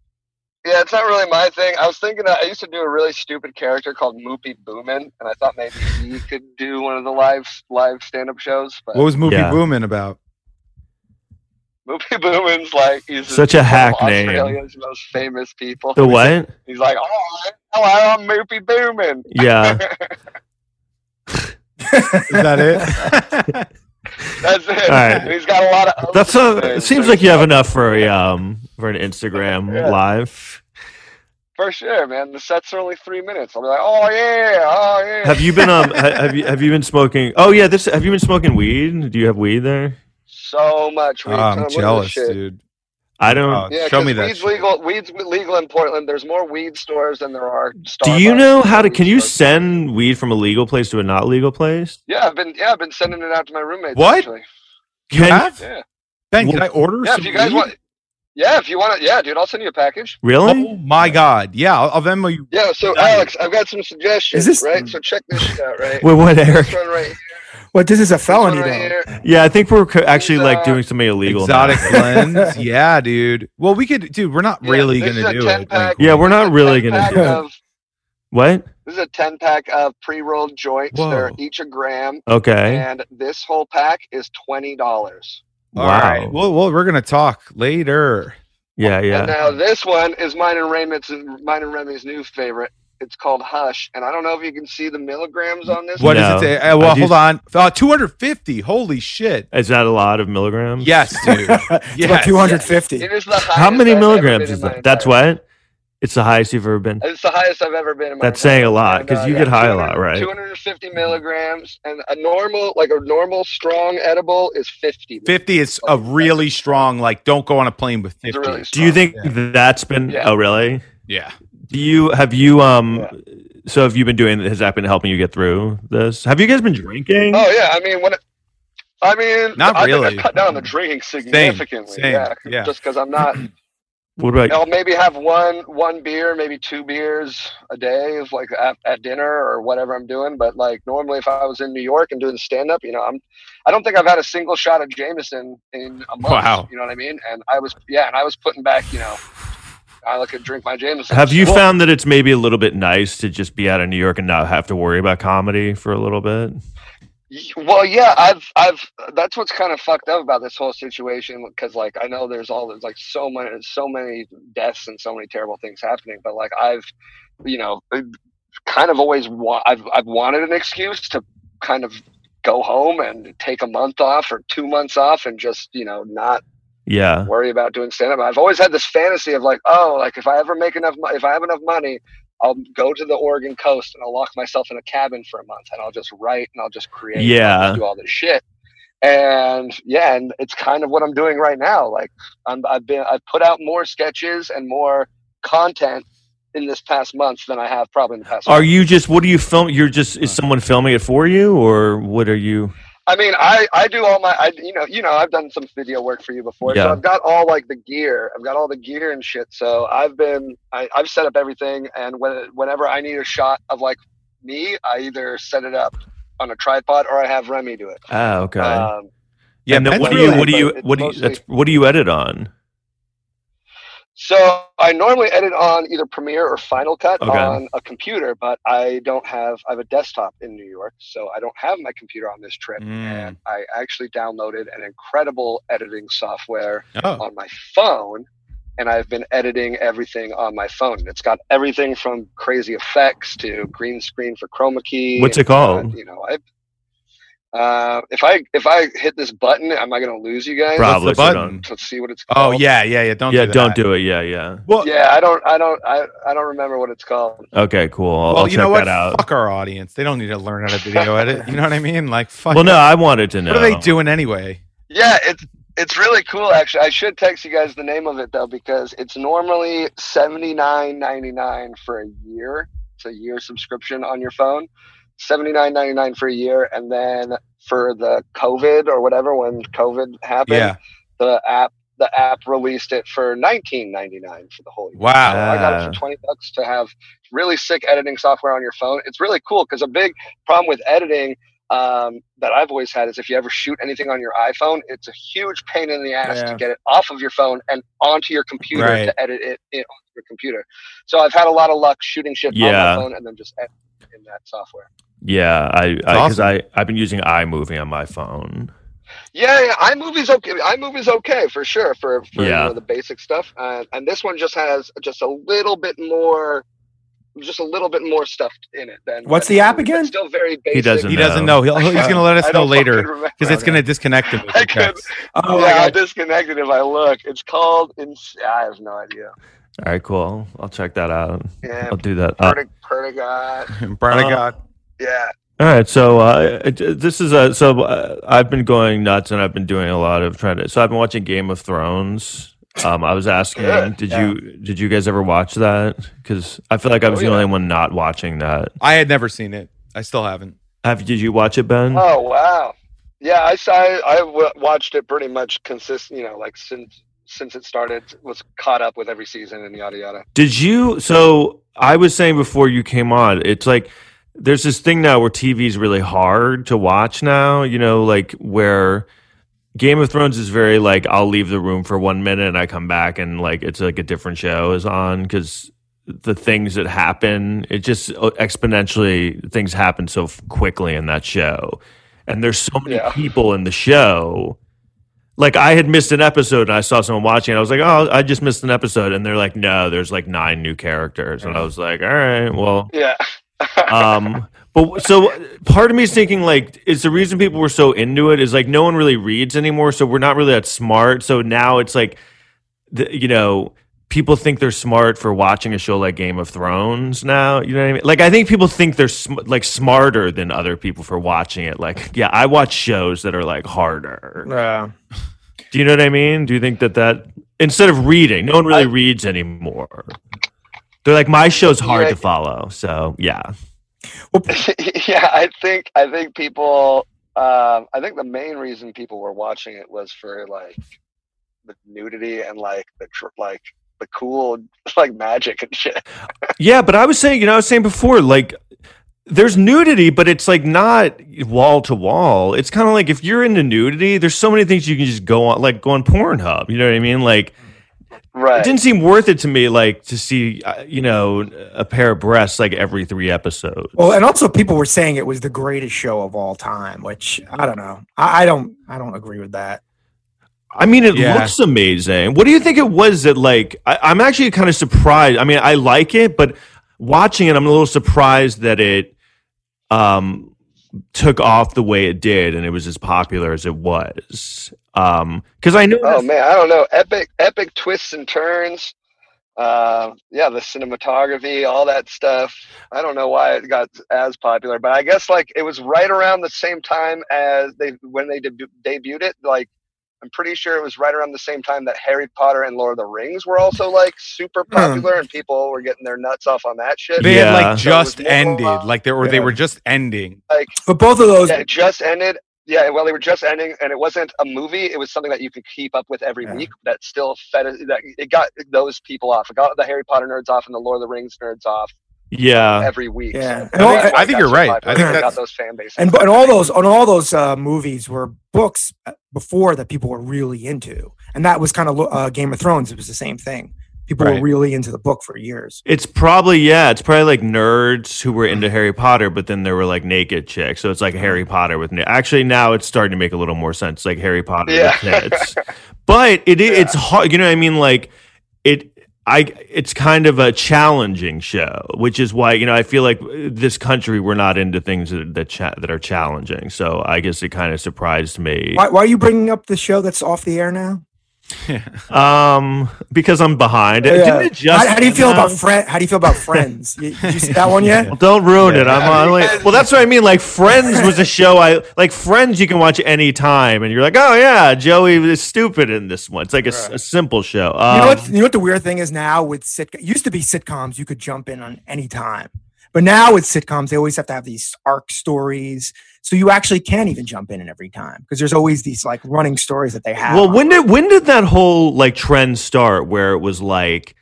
Yeah, it's not really my thing. I was thinking I used to do a really stupid character called Moopy Boomin, and I thought maybe he could do one of the live live stand up shows. But
What was Movie
Yeah.
Boomin' about?
Moopy Boomin's like he's
Such a
one of
hack name.
Australia's most famous people.
The what?
He's like, oh, hello, I'm Moopy Boomin. [laughs]
Yeah.
Is that
[laughs]
it? Ah,
That's it.
right.
And He's got a lot of.
That's
other
a. It
things.
seems like you have enough for a um for an Instagram
Yeah.
live.
for sure, man. The sets are only three minutes. I'll be like, oh yeah, oh [laughs] yeah.
Have you been um ha- have you have you been smoking? Oh yeah, this have you been smoking weed? Do you have weed there?
so much?
Oh,
weed. Son,
I'm
look at this
jealous,
shit.
dude.
I don't.
Oh,
Yeah,
show
'cause
me that.
Weed's
shit.
legal. Weed's legal in Portland. There's more weed stores than there are.
Do you
Starbucks
know
and
how to?
weed
Can you
stores.
send weed from a legal place to a not legal place?
Yeah, I've been. Yeah, I've been sending it out to my roommates.
What?
actually.
You
Can-
have?
Yeah.
Ben, can
Well-
I order
Yeah,
some
if you guys
weed?
want. Yeah, if you want it. Yeah, dude, I'll send you a package.
Really?
Oh my God! Yeah, I'll, I'll Venmo you.
Yeah. So
Nice.
Alex, I've got some suggestions.
Is this-
right? So check this shit
[laughs]
out. Right.
Wait, what, Eric?
This one right here.
Well, this is a
This
felony
one right
though.
here.
Yeah, I think we're co- actually
These,
like
uh,
doing something illegal. now. [laughs]
Exotic blends. Yeah, dude. Well, we could, dude. We're not
Yeah,
really
this
gonna
is a
do
10
it.
pack.
Yeah, we're not
A
really
10
gonna
pack
do it.
of-
What?
This is a ten pack of pre-rolled joints.
Whoa.
They're each a gram,
Okay.
and this whole pack is twenty dollars.
All
wow.
right. Well, well, we're gonna talk later.
yeah,
And
yeah.
now this one is mine and Raymond's mine and Remy's new favorite. It's called Hush, and I don't know if you can see the milligrams on this.
What is
No.
it? Say? Uh, well,
I do-
hold on. Uh, Two hundred fifty. Holy shit!
Is that a lot of milligrams?
Yes,
[laughs]
dude.
It's about
Yes.
250.
It is the highest
How
I've
many
ever
milligrams
been
is
in my
that? That's
entire-
what. It's the highest you've ever been.
It's the highest I've ever been. In my
That's
entire-
saying a lot
and,
because
uh,
you
yeah,
get high a lot,
200
right?
250 milligrams, and a normal, like a normal strong edible, is 50.
Fifty is a really strong. Like, don't go on a plane with
It's
fifty.
really
Do you
strong.
think that's been?
Yeah.
Oh, really?
Yeah.
Do you have you um? So have you been doing? Has that been helping you get through this? Have you guys been drinking?
Oh yeah, I mean when. I mean,
Not
I
really.
Think I cut down on the drinking significantly.
same,
yeah,
yeah.
just because I'm not.
What about?
I'll maybe have one one beer, maybe two beers a day, if like at, at dinner or whatever I'm doing. But like normally, if I was in New York and doing stand up, you know, I'm I don't think I've had a single shot of Jameson in a month.
Wow.
You know what I mean? And I was yeah, and I was putting back, you know, I look at drink my Jameson.
Have you
Well,
found that it's maybe a little bit nice to just be out of New York and not have to worry about comedy for a little bit?
Well, yeah, I've, I've. That's what's kind of fucked up about this whole situation because, like, I know there's all there's like so many, so many deaths and so many terrible things happening, but like, I've, you know, uh, kind of always wa- I've I've wanted an excuse to kind of go home and take a month off or two months off and just you know not
Yeah.
worry about doing stand up. I've always had this fantasy of like, oh, like if I ever make enough, mo- if I have enough money, I'll go to the Oregon coast and I'll lock myself in a cabin for a month and I'll just write and I'll just create, and I'll
Yeah.
just do all this shit. And yeah, and it's kind of what I'm doing right now. Like I'm, I've been, I've put out more sketches and more content in this past month than I have probably in the past.
Are
month.
you just? What do you film? You're just. Is someone filming it for you, or what are you?
I mean, I, I do all my, I, you know, you know, I've done some video work for you before,
Yeah.
so I've got all like the gear, I've got all the gear and shit. So I've been, I, I've set up everything, and when, whenever I need a shot of like me, I either set it up on a tripod or I have Remy do it.
Ah, okay.
Um,
Uh, Yeah,
and then
Ben's
what do
really-
you? What do you?
it's
What do you?
mostly-
That's, what do you edit on?
so I normally edit on either Premiere or Final Cut
Okay.
on a computer, but I don't have, I have a desktop in New York, so I don't have my computer on this trip.
Mm.
And I actually downloaded an incredible editing software
Oh,
on my phone and I've been editing everything on my phone. It's got everything from crazy effects to green screen for chroma key.
What's it
and, uh,
called?
you know, I uh, if I if I hit this button, am I going to lose you guys?
Probably.
what's the
so
button?
Let's see what it's
Oh
called.
yeah, yeah, yeah. Don't
yeah,
do
don't
that.
do it. Yeah, yeah.
Well,
Yeah, I don't I don't I, I don't remember what it's called.
Okay, cool. I'll,
well,
I'll
you
check
know what?
that out.
Fuck our audience. They don't need to learn how to video edit. You know what I mean? Like, fuck.
Well, no, I wanted to know.
What are they doing anyway?
Yeah, it's it's really cool actually. I should text you guys the name of it though because it's normally seventy nine ninety nine for a year. It's a year subscription on your phone. Seventy nine ninety nine for a year, and then for the COVID or whatever when COVID happened,
Yeah.
the app the app released it for nineteen ninety nine for the whole year. So
Wow.
I got it for 20 bucks to have really sick editing software on your phone. It's really cool because a big problem with editing um, that I've always had is if you ever shoot anything on your iPhone, it's a huge pain in the ass
Yeah.
to get it off of your phone and onto your computer
Right.
to edit it in, on your computer. So I've had a lot of luck shooting shit
Yeah.
on my phone and then just editing in that software.
Yeah, I because
awesome.
I, I've been using iMovie on my phone.
Yeah, yeah, iMovie's okay. iMovie's okay for sure for, for you
Yeah.
know, the basic stuff, uh, and this one just has just a little bit more, just a little bit more stuff in it than.
What's
than
the app
iMovie, but
again?
Still very basic.
He doesn't.
He
No.
doesn't know. He'll, he's going to let us
I
know
don't fucking
later
remember.
because it's going to disconnect him.
I could-
[laughs]
Oh,
yeah,
I
I'll
got-
disconnect it if I look. It's called. Ins- I have no idea.
All right, cool. I'll check that out.
Yeah,
I'll do that. Uh,
Perdig- Perdigot.
Brian, I
Uh,
got
Yeah.
all right, so uh, it- it- this is a so uh, I've been going nuts and I've been doing a lot of trying to. So I've been watching Game of Thrones. Um, I was asking,
Good,
did
yeah.
you did you guys ever watch that? Because I feel like I was
yeah.
the only one not watching that.
I had never seen it. I still haven't.
Have did you watch it, Ben?
Oh wow. Yeah, I saw. I w- watched it pretty much consistent. You know, like since since it started, was caught up with every season and yada yada.
Did you? So I was saying before you came on, it's like there's this thing now where TV's really hard to watch now, you know, like where Game of Thrones is very like, I'll leave the room for one minute and I come back and like it's like a different show is on because the things that happen, it just uh, exponentially, things happen so f- quickly in that show. And there's so many
Yeah.
people in the show like I had missed an episode and I saw someone watching it. I was like, oh, I just missed an episode. And they're like, no, there's like nine new characters. And I was like, all right, well.
Yeah.
Um, but so part of me is thinking like, is the reason people were so into it is like no one really reads anymore. So we're not really that smart. So now it's like, the, you know, people think they're smart for watching a show like Game of Thrones now. You know what I mean? Like, I think people think they're sm- like smarter than other people for watching it. Like, yeah, I watch shows that are like harder.
uh,
Do you know what I mean? Do you think that that instead of reading, no one really
I-
reads anymore? They're like my show's hard
Yeah.
to follow. So yeah,
[laughs] yeah, I think I think people. Um, I think the main reason people were watching it was for like the nudity and like the tr- like the cool [laughs] like magic and shit.
yeah. But I was saying, you know, I was saying before, like there's nudity, but it's like not wall to wall. It's kind of like if you're into nudity, there's so many things you can just go on, like go on Pornhub. You know what I mean? Like
Right.
it didn't seem worth it to me, like to see, uh, you know, a pair of breasts like every three episodes.
Well, and also people were saying it was the greatest show of all time, which I don't know. I, I don't. I don't agree with that.
I mean, it
Yeah.
looks amazing. What do you think it was that like? I, I'm actually kind of surprised. I mean, I like it, but watching it, I'm a little surprised that it um took off the way it did and it was as popular as it was. Um, because I know [laughs]
Oh man, I don't know. Epic, epic twists and turns. Uh, yeah, the cinematography, all that stuff. I don't know why it got as popular, but I guess like it was right around the same time as they when they debu- debuted it. Like, I'm pretty sure it was right around the same time that Harry Potter and Lord of the Rings were also like super popular, and people were getting their nuts off on that shit.
They had
Yeah.
like
So it was
just
more,
ended,
uh,
like they or they
yeah.
were just ending.
Like,
But both of those,
yeah, it just ended. Yeah, well, they were just ending, and it wasn't a movie. It was something that you could keep up with every
Yeah.
week. That still fed that it got those people off. It got the Harry Potter nerds off and the Lord of the Rings nerds off
Uh,
yeah.
every week.
Yeah.
So
I
that's
think-
why
I
it
think
got
you're
so
right. I
popular.
think
It
that's-
got those fan bases.
and
[laughs]
and all those, on all those uh, movies were books uh, before that people were really into, and that was kind of uh, Game of Thrones. It was the same thing. People
Right.
were really into the book for years.
It's probably yeah. It's probably like nerds who were into Harry Potter, but then there were like naked chicks. So it's like Harry Potter with na- actually now it's starting to make a little more sense. Like Harry Potter
Yeah.
with tits, but it i- it's hard. You know what I mean? Like it. I it's kind of a challenging show, which is why you know I feel like uh, this country we're not into things that that, cha- that are challenging. So I guess it kind of surprised me.
Why, why are you bringing up the show that's off the air now?
Um, because I'm behind.
Oh, Yeah.
Didn't it just
uh, how, how do you feel
No.
about friend? How do you feel about Friends? you, did you see that one yet?
Well, don't ruin it.
Yeah.
I'm on. Wait. Well, that's what I mean. Like Friends was a show I like. Friends you can watch any time, and you're like, oh yeah, Joey is stupid in this one. It's like a, s- a simple show. Um,
you know what? You know what the weird thing is now with sitcom. Used to be sitcoms you could jump in on any time, but now with sitcoms they always have to have these arc stories, so you actually can't even jump in at every time because there's always these like running stories that they have.
Well,
on.
when did when did that whole like trend start? Where it was like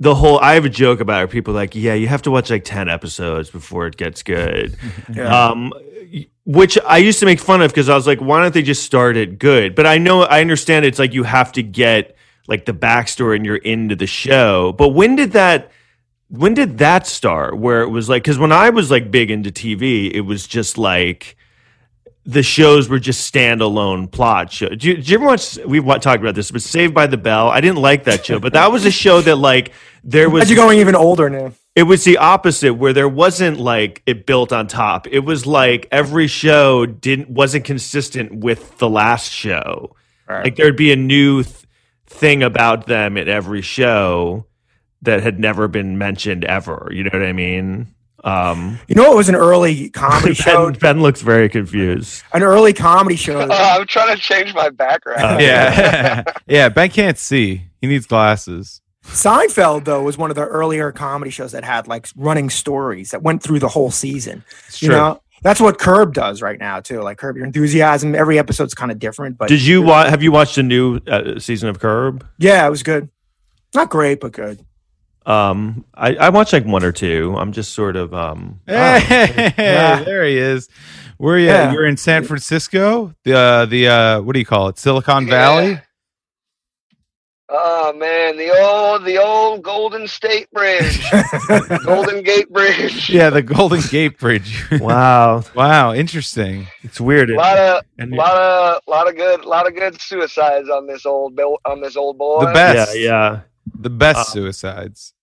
the whole. I have a joke about it. People are like, yeah, you have to watch like ten episodes before it gets good.
[laughs] Yeah.
um, which I used to make fun of because I was like, why don't they just start it good? But I know I understand it's like you have to get like the backstory and you're into the show. But when did that? When did that start? Where it was like, because when I was like big into TV, it was just like the shows were just standalone plot show. Do you, did you ever watch? We wa- talked about this, but Saved by the Bell. I didn't like that show, but that was a show that like there was
Glad you're going even older now.
it was the opposite where there wasn't like it built on top it was like every show didn't wasn't consistent with the last show like there'd be a new th- thing about them in every show that had never been mentioned ever you know what i mean
[laughs]
um
You know, it was an early
[laughs]
comedy show.
ben, ben looks very confused
An early comedy show.
Uh, I'm trying to change my
Uh,
background.
Yeah, [laughs] yeah. Ben can't see. He needs glasses.
Seinfeld though was one of the earlier comedy shows that had like running stories that went through the whole season.
It's
You
true.
know, that's what Curb does right now too. Like Curb Your Enthusiasm, every episode's kind of different, but
did you wa- have you watched the new uh, season of curb
yeah, it was good. Not great, but good.
um I, I watched like one or two i'm just sort of
[laughs]
um
[laughs] Hey,
Yeah.
there he is. Where you?
Yeah.
You're in San Francisco. The uh, the uh, what do you call it? Silicon
Yeah.
Valley.
Oh man, the old the old Golden State
[laughs]
Bridge, Golden Gate Bridge.
Yeah, the Golden Gate Bridge.
wow
wow, interesting.
it's weird
A lot of
And-
lot of lot of good lot of good suicides on this old bill on this old boy.
The best.
Yeah, yeah.
The best
Uh,
suicides.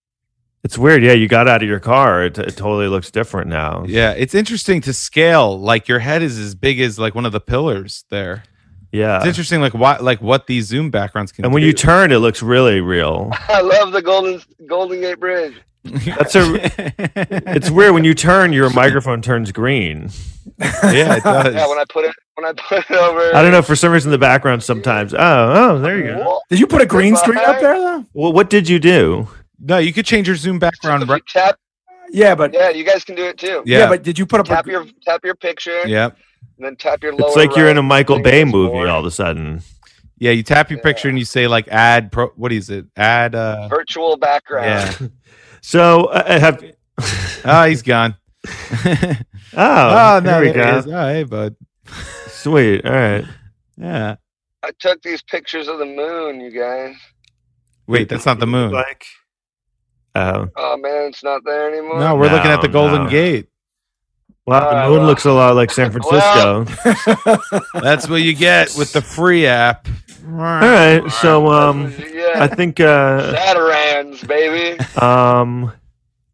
It's weird. Yeah, you got out of your car. It, it totally looks different now.
Yeah, it's interesting to scale. Like your head is as big as like one of the pillars there. It's
Yeah.
interesting, like what like what these Zoom backgrounds can.
Uh. And when
do.
you
[laughs]
turn, [laughs] it looks really real.
[laughs] I love the Golden Golden Gate Bridge.
That's
[laughs]
a. It's weird when you turn, your microphone turns green.
yeah, it does.
Yeah, when I put it when I [laughs] put it over.
I don't know for some reason the background sometimes. Oh, oh, there you go.
Whoa.
Did you put a green screen up
Goodbye.
there though?
Well, what did you do?
No, you could change your Zoom background.
If you [laughs]
Right?
tap,
Yeah, but yeah,
yeah, you guys can do it too.
Yeah.
but did you put up
Tap
a,
your tap your picture,
Yeah.
and then tap your lower.
It's like you're in a
right
Michael
thing
Bay
that's
movie
boring.
all of a sudden.
Yeah. You tap your
Yeah.
picture and you say like add pro. What is it? Add.
[laughs]
uh
virtual background.
Yeah.
[laughs] So uh, I have.
Oh, he's gone. oh,
Oh, there
no,
we
there he
go.
is. Oh, hey, bud.
Sweet. All right.
Yeah.
I took these pictures of the moon, you guys.
Wait, that's not the moon.
Like, oh,
Oh man, it's not there anymore.
No, we're looking at the
No,
Golden
no.
Gate.
wow, the
Uh,
moon
well.
looks a lot like San Francisco.
That's what you get with the free app. All
All right, so um, I
yeah,
think uh,
Saturans, baby. [laughs]
um,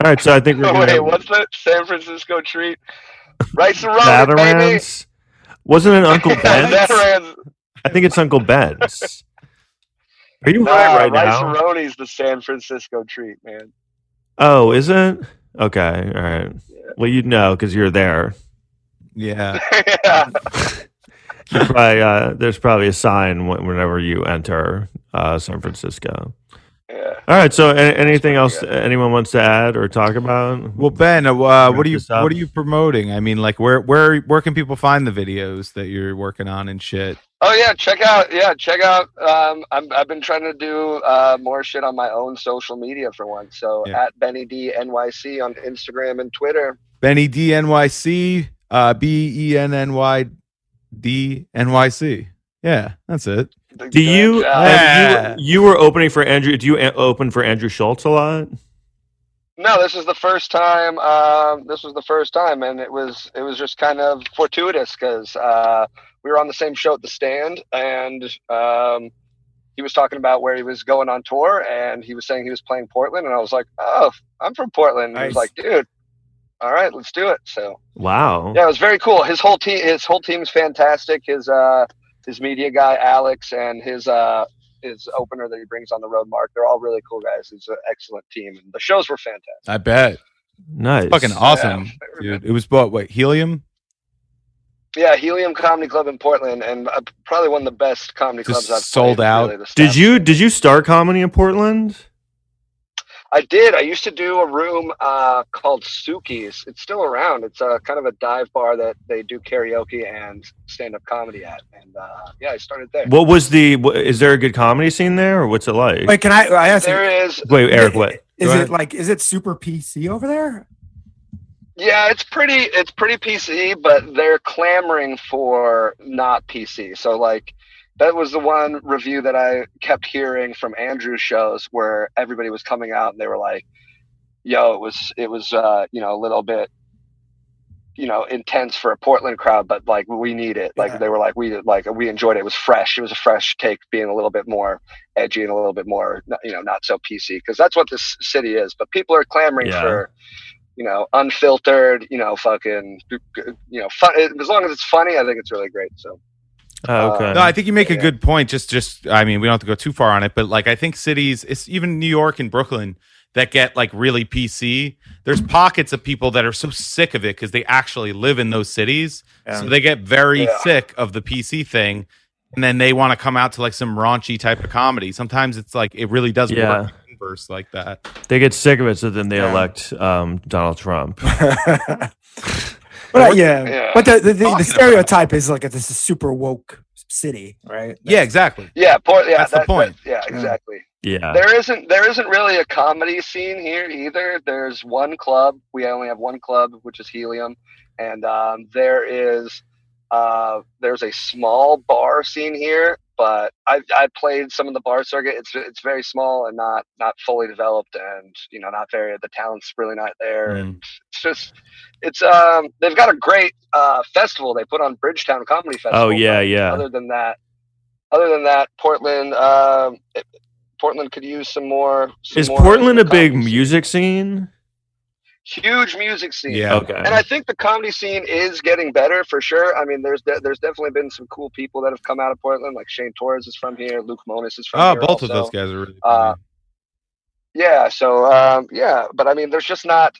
all right, so I think we're
Wait,
gonna
what's that? San Francisco treat? Rice and ramen, baby.
Zatarans. Wasn't it
[laughs]
Uncle Ben's?
Zatarans.
I think it's Uncle Ben's. Are you
Nah,
high right
uh, rice
now?
Roni's the San Francisco treat, man. [laughs]
Oh, is it? Okay, all right. Well, you'd know because you're there.
Yeah.
yeah.
You probably, uh, there's probably a sign wh- whenever you enter uh, San Francisco.
yeah.
All right. So, a- anything else
good.
anyone wants to add or talk about?
Well, Ben, uh, uh,
Wrap
what are you
this up.
what are you promoting? I mean, like, where where where can people find the videos that you're working on and shit?
Oh yeah, check out yeah, check out. Um, I'm, I've been trying to do uh, more shit on my own social media for once. So
Yeah.
at Benny D NYC on Instagram and Twitter.
Benny D N Y C uh, B E N N Y D N Y C. Yeah, that's it.
Good
do you,
job.
have
Yeah.
you you were opening for Andrew? Do you a- open for Andrew Schultz a lot?
No, this is the first time. Um, this was the first time, and it was it was just kind of fortuitous because uh, we were on the same show at the stand, and um, he was talking about where he was going on tour, and he was saying he was playing Portland, and I was like, "Oh, I'm from Portland." And He was
Nice.
like, "Dude, all right, let's do it." So
Wow.
yeah, it was very cool. His whole team, his whole team's fantastic. His uh, his media guy Alex and his uh, his opener that he brings on the road, Mark. They're all really cool guys. It's an excellent team, and the shows were fantastic.
I bet.
Nice.
Fucking awesome,
Yeah.
dude. It was what what helium?
Yeah, Helium Comedy Club in Portland, and uh, probably one of the best comedy
Just
clubs I've
sold
played,
out.
really, the
Did
staff-
you did you star comedy in Portland?
I did. I used to do a room uh, called Suki's. It's still around. It's uh, kind of a dive bar that they do karaoke and stand-up comedy at. And uh, yeah, I started there.
What was the? wh- Is there a good comedy scene there, or what's it like?
wait, can I, I ask you,
there is,
Wait, Eric. What?
Is
Go
it
ahead.
like, is it super PC over there? [laughs]
yeah, it's pretty, it's pretty PC, but they're clamoring for not PC. So like, that was the one review that I kept hearing from Andrew's shows where everybody was coming out and they were like, yo, it was it was uh, you know a little bit you know intense for a Portland crowd, but like we need it. Like
Yeah.
they were like we like we enjoyed it. It was fresh. It was a fresh take, being a little bit more edgy and a little bit more you know not so PC because that's what this city is. But people are clamoring
Yeah.
for you know unfiltered, you know fucking you know fun. As long as it's funny, I think it's really great. So uh,
Oh, okay.
No, I think you make a
Yeah.
good point. Just, just, I mean, we don't have to go too far on it, but like, I think cities, it's even New York and Brooklyn that get like really PC. There's pockets of people that are so sick of it because they actually live in those cities, so they get very
Yeah.
sick of the PC thing, and then they want to come out to like some raunchy type of comedy. Sometimes it's like it really does
Yeah.
work inverse like that.
they get sick of it, so then they
Yeah.
elect um, Donald Trump.
but uh, yeah.
Yeah.
but the the, the,
Talking
the stereotype is like this is super woke city, right?
yeah, exactly.
yeah, Port, yeah,
That's the
that- that-
point.
yeah, exactly.
Yeah.
there isn't there isn't really a comedy scene here either. There's one club. We only have one club, which is Helium, and um, there is uh, there's a small bar scene here. But I I played some of the bar circuit. It's it's very small and not not fully developed, and you know not very the talent's really not there.
Hmm.
Mm.
It's just it's um they've got a great uh, festival they put on Bridgetown Comedy Festival.
Oh yeah,
but
yeah.
other than that other than that portland um it- portland could use some more some
Is
more
Portland a big
comedy
music scene?
scene. huge music scene
Yeah.
Okay.
and i think the comedy scene is getting better for sure i mean there's de- there's definitely been some cool people that have come out of portland like shane torres is from here luke monis is from
Oh,
here
both of
also.
those guys are really.
Uh, yeah so um yeah but i mean there's just not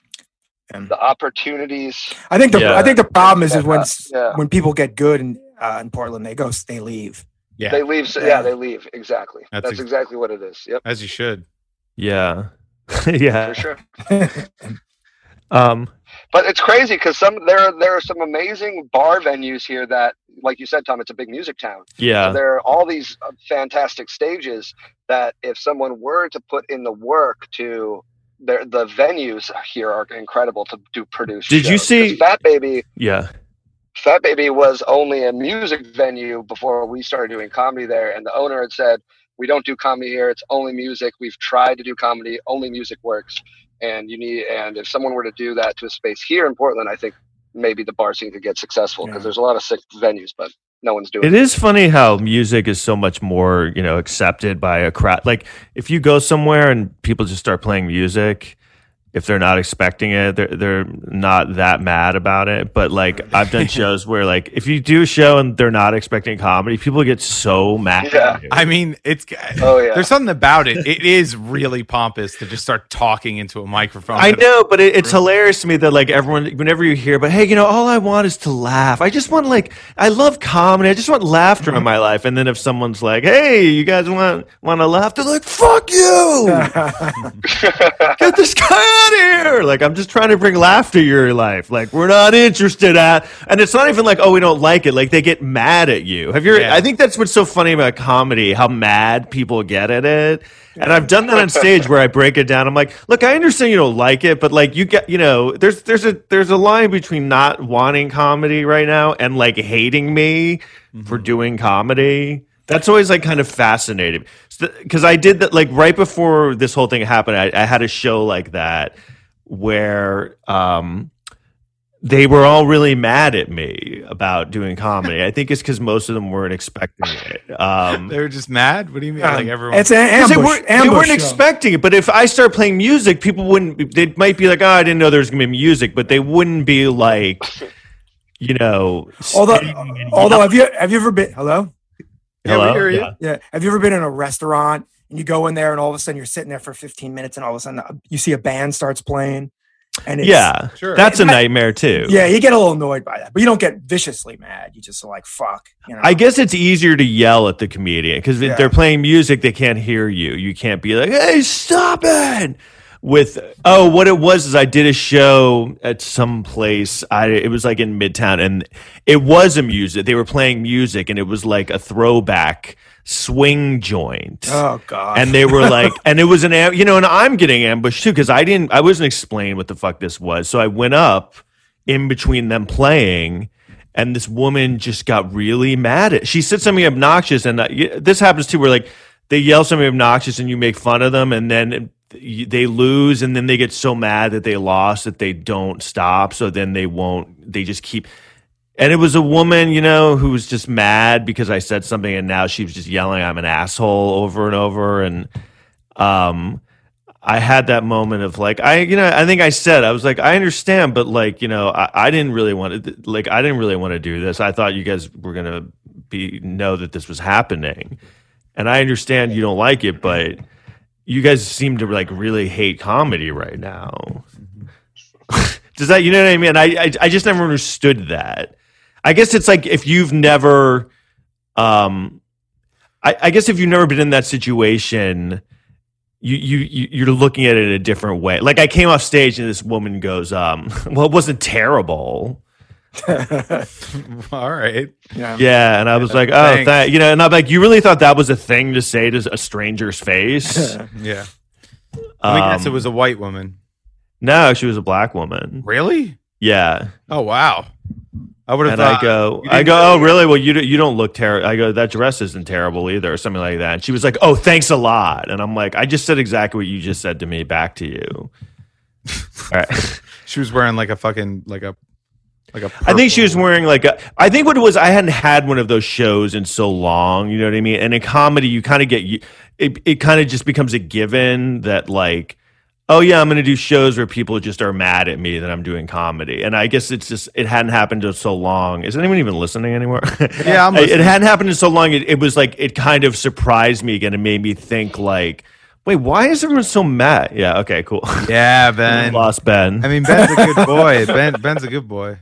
Um,
the opportunities
I think the
Yeah.
I think the problem is is
Yeah,
when
uh,
s-
yeah.
when people get good in uh, in Portland, they go they leave. [laughs]
yeah,
they leave so, yeah.
Yeah.
they leave exactly
That's
that's,
ex-
exactly what it is yep
as you should.
yeah. [laughs] yeah. Uh,
for sure.
Um,
But it's crazy because some there are, there are some amazing bar venues here that, like you said, Tom, it's a big music town. So
yeah.
there are all these uh, fantastic stages that if someone were to put in the work to their the venues here are incredible to do produce.
Did you
shows. 'Cause
see-
Fat Baby?
Yeah.
Fat Baby was only a music venue before we started doing comedy there, and the owner had said, "We don't do comedy here. It's only music. We've tried to do comedy. Only music works." And you need, and if someone were to do that to a space here in Portland, I think maybe the bar scene could get successful because
Yeah.
there's a lot of sick venues, but no one's doing
It is funny how music is so much more, you know, accepted by a crowd. Like if you go somewhere and people just start playing music, if they're not expecting it, they're they're not that mad about it. But like I've
[laughs]
done shows where like if you do a show and they're not expecting comedy, people get so mad.
Yeah.
I mean, it's
Oh yeah.
there's something about it. It is really pompous to just start talking into a microphone.
I know, but it, it's hilarious to me that like everyone, whenever you hear, but hey, you know, all I want is to laugh. I just want like, I love comedy. I just want laughter in my life. And then if someone's like, hey, you guys want want to laugh? They're like, fuck you,
[laughs]
get this guy out of here. Like, I'm just trying to bring laughter to your life. Like, we're not interested at. And it's not even like, oh, we don't like it. Like, they get mad at you. Have you?
Yeah.
I think that's what's so funny about comedy, how mad people get at it. And I've done that on stage where I break it down. I'm like, look, I understand you don't like it, but like you get, you know, there's there's a there's a line between not wanting comedy right now and like hating me for doing comedy. That's always like kind of fascinating because I did that like right before this whole thing happened. I, I had a show like that where um, they were all really mad at me about doing comedy. I think it's because most of them weren't expecting it. Um,
They're just mad. What do you mean? like everyone.
Um, It's an
'Cause
ambush.
they weren't, they
ambush
weren't
show.
expecting it. But if I start playing music, people wouldn't. be- They might be like, "Oh, I didn't know there was gonna be music," but they wouldn't be like, you know,
Although, although, have you have you ever been? Hello.
Yeah, we hear you.
Yeah. Have you ever been in a restaurant and you go in there and all of a sudden you're sitting there for 15 minutes and all of a sudden uh, you see a band starts playing and it's,
yeah,
Sure.
that's a
That-
nightmare too.
yeah, you get a little annoyed by that, but you don't get viciously mad. You just are like fuck. You know?
I guess it's easier to yell at the comedian because
Yeah.
if they're playing music, they can't hear you. You can't be like, "Hey, stop it!" With oh, what it was is I did a show at some place. I it was like in Midtown, and it was a music. They were playing music, and it was like a throwback swing joint
Oh god.
and they were like, and it was an, am- you know, and I'm getting ambushed too because I didn't, I wasn't explaining what the fuck this was. So I went up in between them playing, and this woman just got really mad at. She said something obnoxious, and uh, y- this happens too, where like they yell something obnoxious and you make fun of them, and then y- they lose, and then they get so mad that they lost that they don't stop. So then they won't. They just keep. And it was a woman, you know, who was just mad because I said something, and now she was just yelling, "I'm an asshole" over and over. And um, I had that moment of like, I, you know, I think I said, I was like, I understand, but like, you know, I, I didn't really want to, like, I didn't really want to do this. I thought you guys were gonna be know that this was happening, and I understand you don't like it, but you guys seem to like really hate comedy right now. [laughs] Does that, you know what I mean? I, I, I just never understood that. I guess it's like if you've never, um, I, I guess if you've never been in that situation, you, you, you, you're looking at it a different way. Like I came off stage and this woman goes, um, [laughs] well, it wasn't terrible.
[laughs] All right.
[laughs] yeah.
Yeah. And I was like, oh,
thanks.
thank, you know, and I'm like, you really thought that was a thing to say to a stranger's
[laughs]
face?
Yeah. I mean, yes, it
Um,
was a white woman.
No, she was a black woman.
Really?
Yeah.
Oh wow. I would have
and
thought.
I go,
you
I
didn't
go,
know
oh, really? Well, you do, you don't look terrible. I go, that dress isn't terrible either, or something like that. And she was like, oh, thanks a lot. And I'm like, I just said exactly what you just said to me back to you. [laughs] All right.
she was wearing like a fucking like a like a.
I think she was
purple-
wearing like a. I think what it was, I hadn't had one of those shows in so long. You know what I mean? And in comedy, you kind of get you. It it kind of just becomes a given that like, oh yeah, I'm going to do shows where people just are mad at me that I'm doing comedy. And I guess it's just it hadn't happened in so long. Is anyone even listening anymore? [laughs]
Yeah, I'm
It-
listening.
it hadn't happened in so long. It, it was like it kind of surprised me again and made me think like, wait, why is everyone so mad? Yeah, okay, cool. [laughs]
Yeah, Ben.
Lost Ben.
I mean, Ben's a good boy. Ben Ben's a good boy.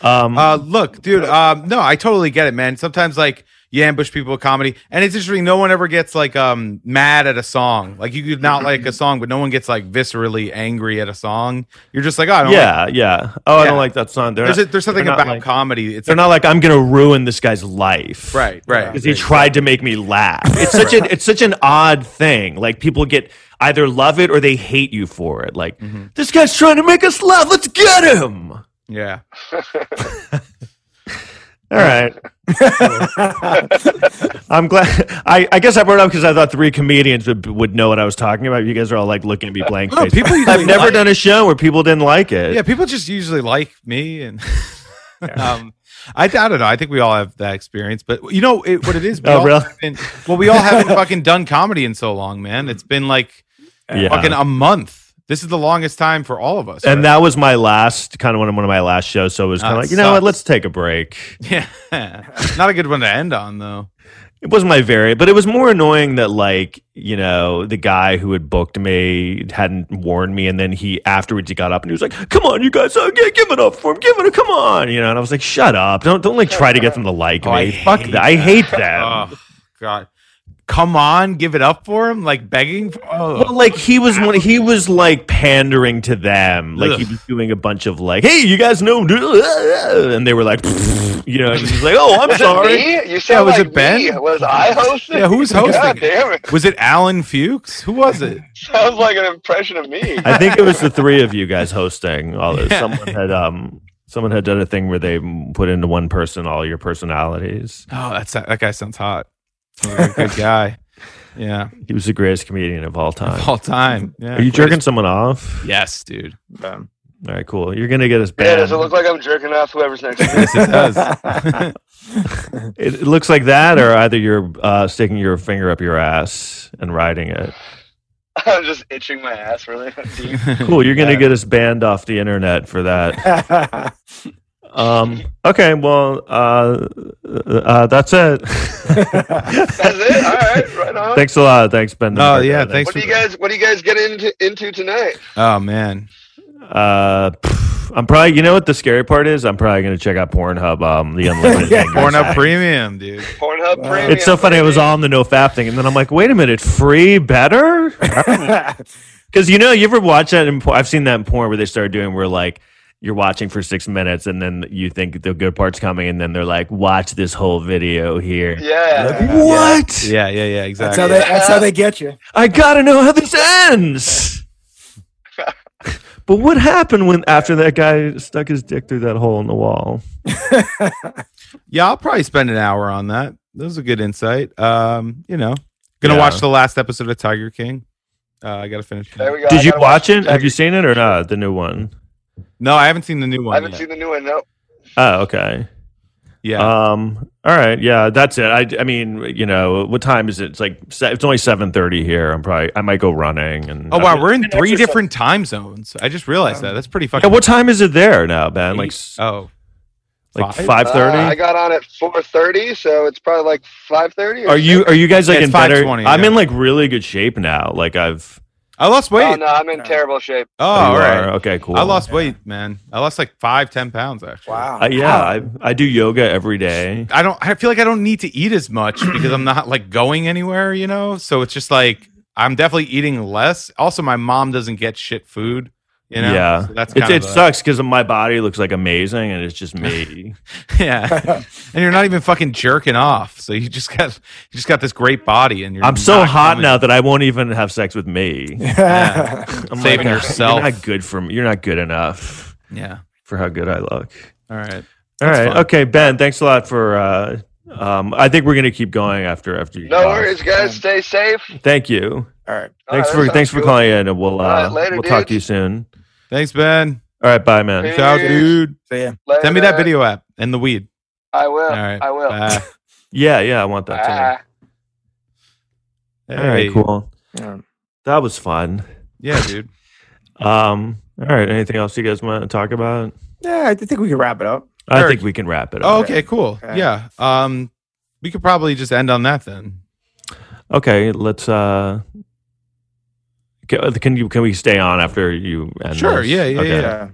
um,
um, Uh, look, dude. Um, no, I totally get it, man. Sometimes, like, you ambush people with comedy, and it's interesting. No one ever gets like um mad at a song. Like you could
[laughs]
not like a song, but no one gets like viscerally angry at a song. You're just like, oh, I don't like-
yeah, yeah. Oh, I
Yeah.
don't like that song. They're
there's
not-
a, there's something
they're not
about
like-
comedy. It's
They're not like I'm gonna ruin this guy's life,
right, right.
Because he tried to make me laugh. It's such an it's such an odd thing. Like people get either love it or they hate you for it. Like
Mm-hmm.
this guy's trying to make us laugh. Let's get him. All
Yeah,
right. [laughs] I'm glad. I, I guess I brought it up because I thought three comedians would would know what I was talking about. You guys are all like looking at me blank.
No,
faced.
people usually
I've never
like-
done a show where people didn't like it.
yeah. People just usually like me, and [laughs] um, I, I don't know. I think we all have that experience, but you know it, what
[laughs]
it is. We
Oh,
all
really?
haven't- well, we
[laughs]
all haven't fucking done comedy in so long, man. It's been like
Yeah.
fucking a month. This is the longest time for all of us.
and
right?
that was my last kind of one of one of my last shows. So it was
Ah,
kind of
it
like you know what,
sucks.
let's take a break.
yeah, not a good one to end on though.
It wasn't my very, but it was more annoying that like you know the guy who had booked me hadn't warned me, and then he afterwards he got up and he was like, "Come on, you guys, uh, gi- give it up for him, give it, a, come on," you know. And I was like, "Shut up! Don't don't like try to get them to like
Oh,
me.
I
Fuck
hate
that! I hate them."
Oh god, come on, give it up for him, like begging. For, oh.
Well, like he was one, he was like pandering to them, like he
Ugh.
was doing a bunch of like, "Hey, you guys know," [laughs] and they were like, [laughs] you know, and he's like, "Oh,
[laughs]
I'm
Was it
sorry."
me? You sound
was
like
it Ben?
me. Was I hosting?
[laughs] Yeah, who's
God
hosting it?
damn it!
Was it Alan Fuchs? Who was it?
Sounds like an impression of me.
I think it was the three of you guys hosting all this. Someone had um someone had done a thing where they mm, put into one person all your personalities.
Oh, that's that guy sounds hot. Sounds like a good guy. Yeah,
He was the greatest comedian of all time.
all time. Oh, Yeah.
Are you jerking someone off?
Yes, dude.
All right, cool. You're gonna get us
yeah,
banned.
does it look like I'm jerking off whoever's
[laughs]
next to me?
Yes, it does.
it, it looks like that, or either you're uh, sticking your finger up your ass and riding it.
[laughs] I'm just itching my ass really [laughs] deep.
Cool. You're gonna get us banned off the internet for that.
[laughs]
Um, okay. Well, uh, uh, that's it. [laughs]
That's it. All right,
[laughs]
right on.
thanks a lot. Thanks, Ben.
Oh, yeah, thanks
what do you guys What do you guys get into into tonight?
oh man.
Uh, pff, I'm probably. You know what the scary part is? I'm probably going to check out Pornhub. Um, the unlimited.
Yeah.
Fingers
Porn up
app.
premium, dude.
Pornhub Premium.
It's so funny. It was
baby.
all on the no fap thing, and then I'm like, wait a minute, free better? Because you know, you ever watch that? In, por- I've seen that in porn where they start doing where like you're watching for six minutes, and then you think the good part's coming, and then they're like, watch this whole video here.
Yeah.
What?
Yeah, yeah,
[laughs]
yeah.
That's
Exactly.
how they. That's how they get you.
I gotta know how this ends. but what happened when after that guy stuck his dick through that hole in the wall?
yeah, I'll probably spend an hour on that. That was a good insight. Um, you know, gonna
Yeah.
watch the last episode of Tiger King. Uh, I gotta finish.
There we go. I
Did you
gotta
watch it?
the
Have you seen it or not? The new one.
No, I haven't seen the new one.
I haven't
yet.
seen the new one. No.
Oh, okay.
yeah.
Um. All right. Yeah, that's it. I. I mean, you know, what time is it? It's like se- it's only seven thirty here. I'm probably. I might go running. And
oh wow,
Yeah,
we're in three different time zones. I just realized
Um,
that. That's pretty fucking.
what time is it there now, Ben? Like s-
oh,
like
five?
five thirty.
Uh, I got on at four thirty, so it's probably like five thirty.
are you Are you guys like
Yeah, it's
in better?
5:20,
I'm
yeah.
in like really good shape now. Like I've.
I lost weight.
Oh no, I'm in terrible shape.
Oh,
You
all right.
are? Okay. Cool.
I lost weight, man. I lost like five, ten pounds actually.
Wow.
Uh, yeah,
[laughs]
I, I do yoga every day.
I don't. I feel like I don't need to eat
[clears throat]
as much because I'm not like going anywhere, you know. So it's just like I'm definitely eating less. Also, my mom doesn't get shit food, you know.
yeah,
so that's
it,
kind
it
of a-
sucks because my body looks like amazing, and it's just me.
[laughs] Yeah, and you're not even fucking jerking off. So you just got you just got this great body, and [laughs] you're
I'm so
not
hot
coming-
now that I won't even have sex with me.
Yeah.
I'm
Saving
"You're
yourself."
You're not good for me. You're not good enough
yeah.
for how good I look.
All right.
All right,
fun.
okay, Ben. Thanks a lot for. Uh, um, I think we're gonna keep going after after you.
No
get off.
worries, guys. Stay safe.
Thank you.
All right.
All right,
Thanks
that
for
sounds
thanks for
good.
calling in, and we'll uh,
All right, later,
we'll talk to you
dudes.
soon.
Thanks, Ben.
All right, bye, man.
Peace.
Ciao, dude.
So yeah.
Send me that
Later.
video app and the weed.
I will.
All right.
Oh.
I will.
Bye.
Yeah, yeah, I want that.
Bye.
Too. [laughs] All right,
Hey.
cool.
Yeah.
That was fun.
Yeah, dude.
Um, all right. Anything else you guys want to talk about?
Yeah, I think we can wrap it up.
I
Sure.
think we can wrap it
Oh,
up.
okay, cool.
Okay.
Yeah. Um, we could probably just end on that then. Oh.
Okay, let's. uh ca- Can you can we stay on after you? End
Sure,
this?
yeah, yeah,
Okay,
yeah.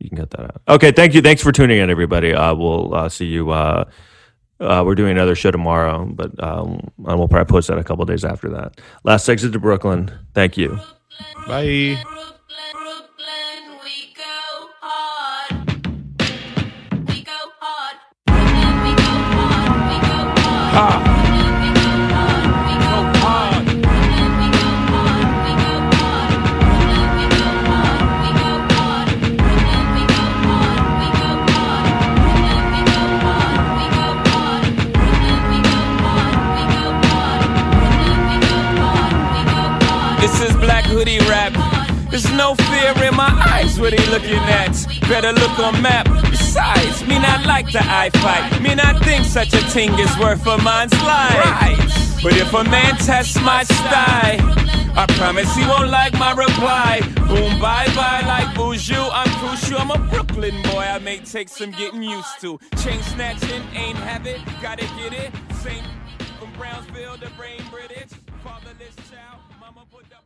You can cut that out. Okay, thank you. Thanks for tuning in, everybody. Uh, we'll uh, see you uh, Uh, we're doing another show tomorrow, but um, and we'll probably post that a couple days after that. Last exit to Brooklyn. Thank you.
Bye.
Brooklyn, Brooklyn, we go hard. We go hard. Brooklyn, we go hard. We go hard. Brooklyn, we go hard. We go hard. Brooklyn, we go hard. We go hard. Brooklyn, we go hard. We go hard. Brooklyn, we go hard. We go hard. Brooklyn, we go hard. We go hard. Brooklyn, we go hard. We go hard. Brooklyn, we go hard. We go hard.
This is Black Hoodie Rap. There's no fear in my eyes what they looking at. Better look on map. Besides, me not like the eye fight. Me not think such a thing is worth a man's life. But if a man tests my style, I promise he won't like my reply. Boom, bye bye, like Bouju. I'm crucial. I'm a Brooklyn boy. I may take some getting used to. Chain snatching, ain't have it. Gotta get it. Same from Brownsville to Brain British. Fatherless child, mama put the